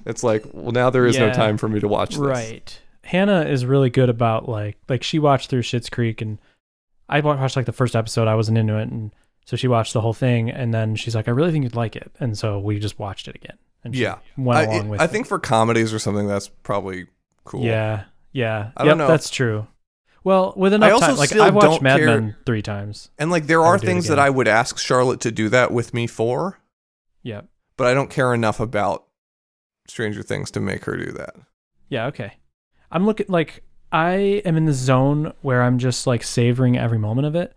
S2: it's like well now there is no
S1: Yeah.
S2: time for me to watch this.
S1: Right. Hannah is really good about like like she watched through Shit's Creek and I wa- watched like the first episode. I wasn't into it, and so she watched the whole thing, and then she's like, "I really think you'd like it," and so we just watched it again. And she
S2: Yeah.
S1: went
S2: I,
S1: along with.
S2: I
S1: it.
S2: think for comedies or something that's probably cool.
S1: Yeah, yeah.
S2: I don't
S1: Yep,
S2: know.
S1: That's true. Well, with enough
S2: I also
S1: time, like
S2: still
S1: I've watched
S2: don't
S1: Mad
S2: care-
S1: Men three times.
S2: And like there
S1: I
S2: are
S1: would do it
S2: things that
S1: again.
S2: I would ask Charlotte to do that with me for,
S1: Yeah,
S2: but I don't care enough about Stranger Things to make her do that.
S1: yeah. Okay. I'm looking like I am in the zone where I'm just like savoring every moment of it,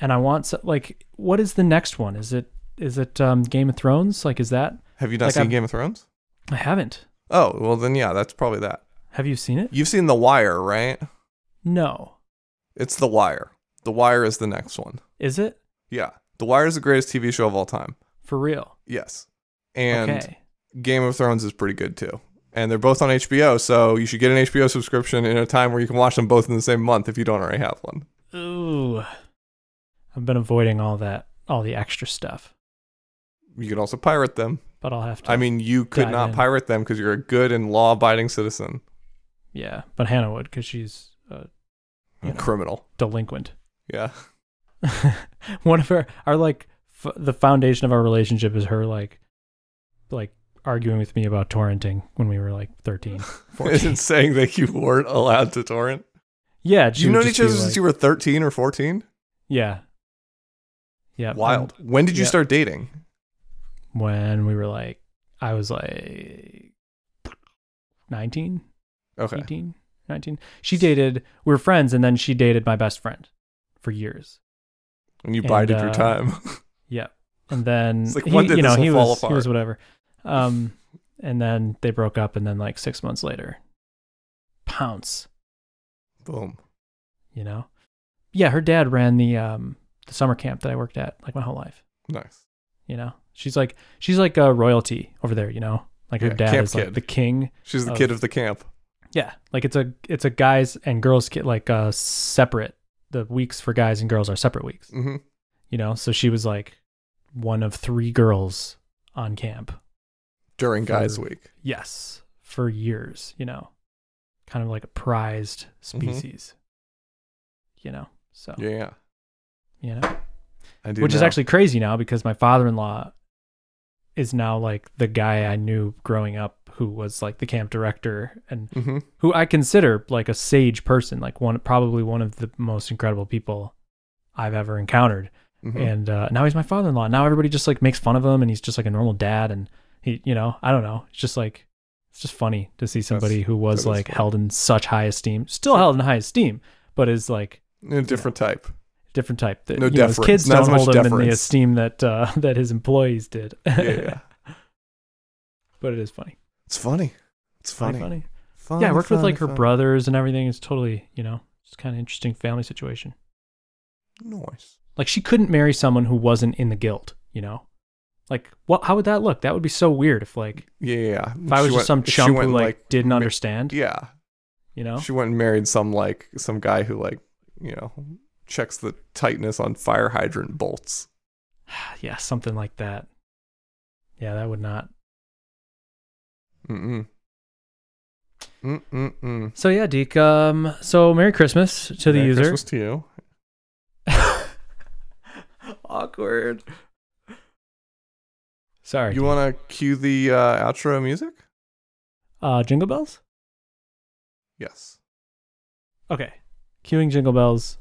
S1: and I want so, like what is the next one? Is it is it um, Game of Thrones? Like is that
S2: Have you not
S1: Like,
S2: seen
S1: I'm-
S2: Game of Thrones?
S1: I haven't.
S2: Oh, well then yeah, that's probably that.
S1: Have you seen it?
S2: You've seen The Wire, right?
S1: No.
S2: It's The Wire. The Wire is the next one.
S1: Is it
S2: Yeah. The Wire is the greatest TV show of all time.
S1: for real?
S2: Yes. And
S1: okay.
S2: Game of Thrones is pretty good too. And they're both on HBO, so you should get an HBO subscription in a time where you can watch them both in the same month if you don't already have one.
S1: Ooh. I've been avoiding all that, all the extra stuff,
S2: You can also pirate them.
S1: but I'll have to.
S2: I mean, you could
S1: dive
S2: not
S1: in.
S2: pirate them because you're a good and law-abiding citizen,
S1: yeah, but Hannah would because she's a You know.
S2: criminal.
S1: delinquent.
S2: Yeah,
S1: One of her, our like, f- the foundation of our relationship is her like, like arguing with me about torrenting when we were like 13, 14.
S2: isn't saying that you weren't allowed to torrent.
S1: yeah. she
S2: You've
S1: would
S2: known
S1: just
S2: each other
S1: be
S2: since
S1: like-
S2: you were 13 or 14.
S1: Yeah. Yeah.
S2: Wild. when did you
S1: yeah.
S2: start dating?
S1: When we were like, I was like 19.
S2: Okay,
S1: 18, 19. She dated, we were friends, and then she dated my best friend for years.
S2: when you
S1: And,
S2: bided
S1: uh,
S2: your time.
S1: Yeah. And then,
S2: It's like,
S1: he,
S2: when did
S1: you know,
S2: this all
S1: he,
S2: fall
S1: was, he was
S2: apart?
S1: whatever. Um, and then they broke up, and then like six months later, pounce,
S2: Boom.
S1: you know? Yeah, her dad ran the, um, the summer camp that I worked at like my whole life,
S2: Nice.
S1: you know? She's like, she's like a royalty over there, you know? Like her
S2: Yeah,
S1: dad
S2: camp
S1: is like
S2: kid.
S1: the king.
S2: She's the
S1: Of-
S2: kid of the camp.
S1: Yeah, like it's a it's a guys and girls kid like uh separate. The weeks for guys and girls are separate weeks.
S2: hmm
S1: you know so she was like one of three girls on camp
S2: During Guys
S1: For-
S2: Week.
S1: yes for years you know kind of like a prized species you know so
S2: Mm-hmm. Yeah,
S1: you know
S2: I
S1: Oh.
S2: do.
S1: which is
S2: know.
S1: actually crazy now because my father-in-law is now like the guy i knew growing up who was like the camp director and
S2: Mhm.
S1: who i consider like a sage person like one probably one of the most incredible people i've ever encountered
S2: Mhm.
S1: and uh, now he's my father-in-law. Now everybody just like makes fun of him, and he's just like a normal dad, and he, you know, I don't know. It's just like it's just funny to see somebody
S2: That's-
S1: who was
S2: that is
S1: like
S2: funny.
S1: held in such high esteem, still held in high esteem, but is like
S2: a different type.
S1: different type. That,
S2: No
S1: you know, his
S2: deference.
S1: kids
S2: Not
S1: don't
S2: as much
S1: hold him in the
S2: deference.
S1: esteem that uh, that his employees did.
S2: Yeah, yeah.
S1: but it is funny.
S2: It's funny. It's
S1: Funny,
S2: funny.
S1: funny.
S2: Funny,
S1: Yeah, I worked with
S2: funny,
S1: like her
S2: funny.
S1: brothers and everything. It's totally, you know, it's kind of interesting family situation.
S2: Nice.
S1: Like she couldn't marry someone who wasn't in the guild, you know? Like what how would that look? That would be so weird if like
S2: Yeah, yeah, yeah.
S1: if I was
S2: She
S1: just
S2: went-
S1: some
S2: she
S1: chump who
S2: went,
S1: like, didn't
S2: ma-
S1: understand,
S2: Yeah,
S1: you know?
S2: She went and married some like some guy who like you know checks the tightness on fire hydrant bolts.
S1: yeah, something like that. Yeah, that would not.
S2: Mm mm mm mm.
S1: So yeah, Deke, um so Merry Christmas to the user.
S2: Christmas to you.
S1: Awkward. Sorry.
S2: You want to cue the uh, outro music?
S1: uh jingle bells?
S2: Yes.
S1: Okay. Cueing jingle bells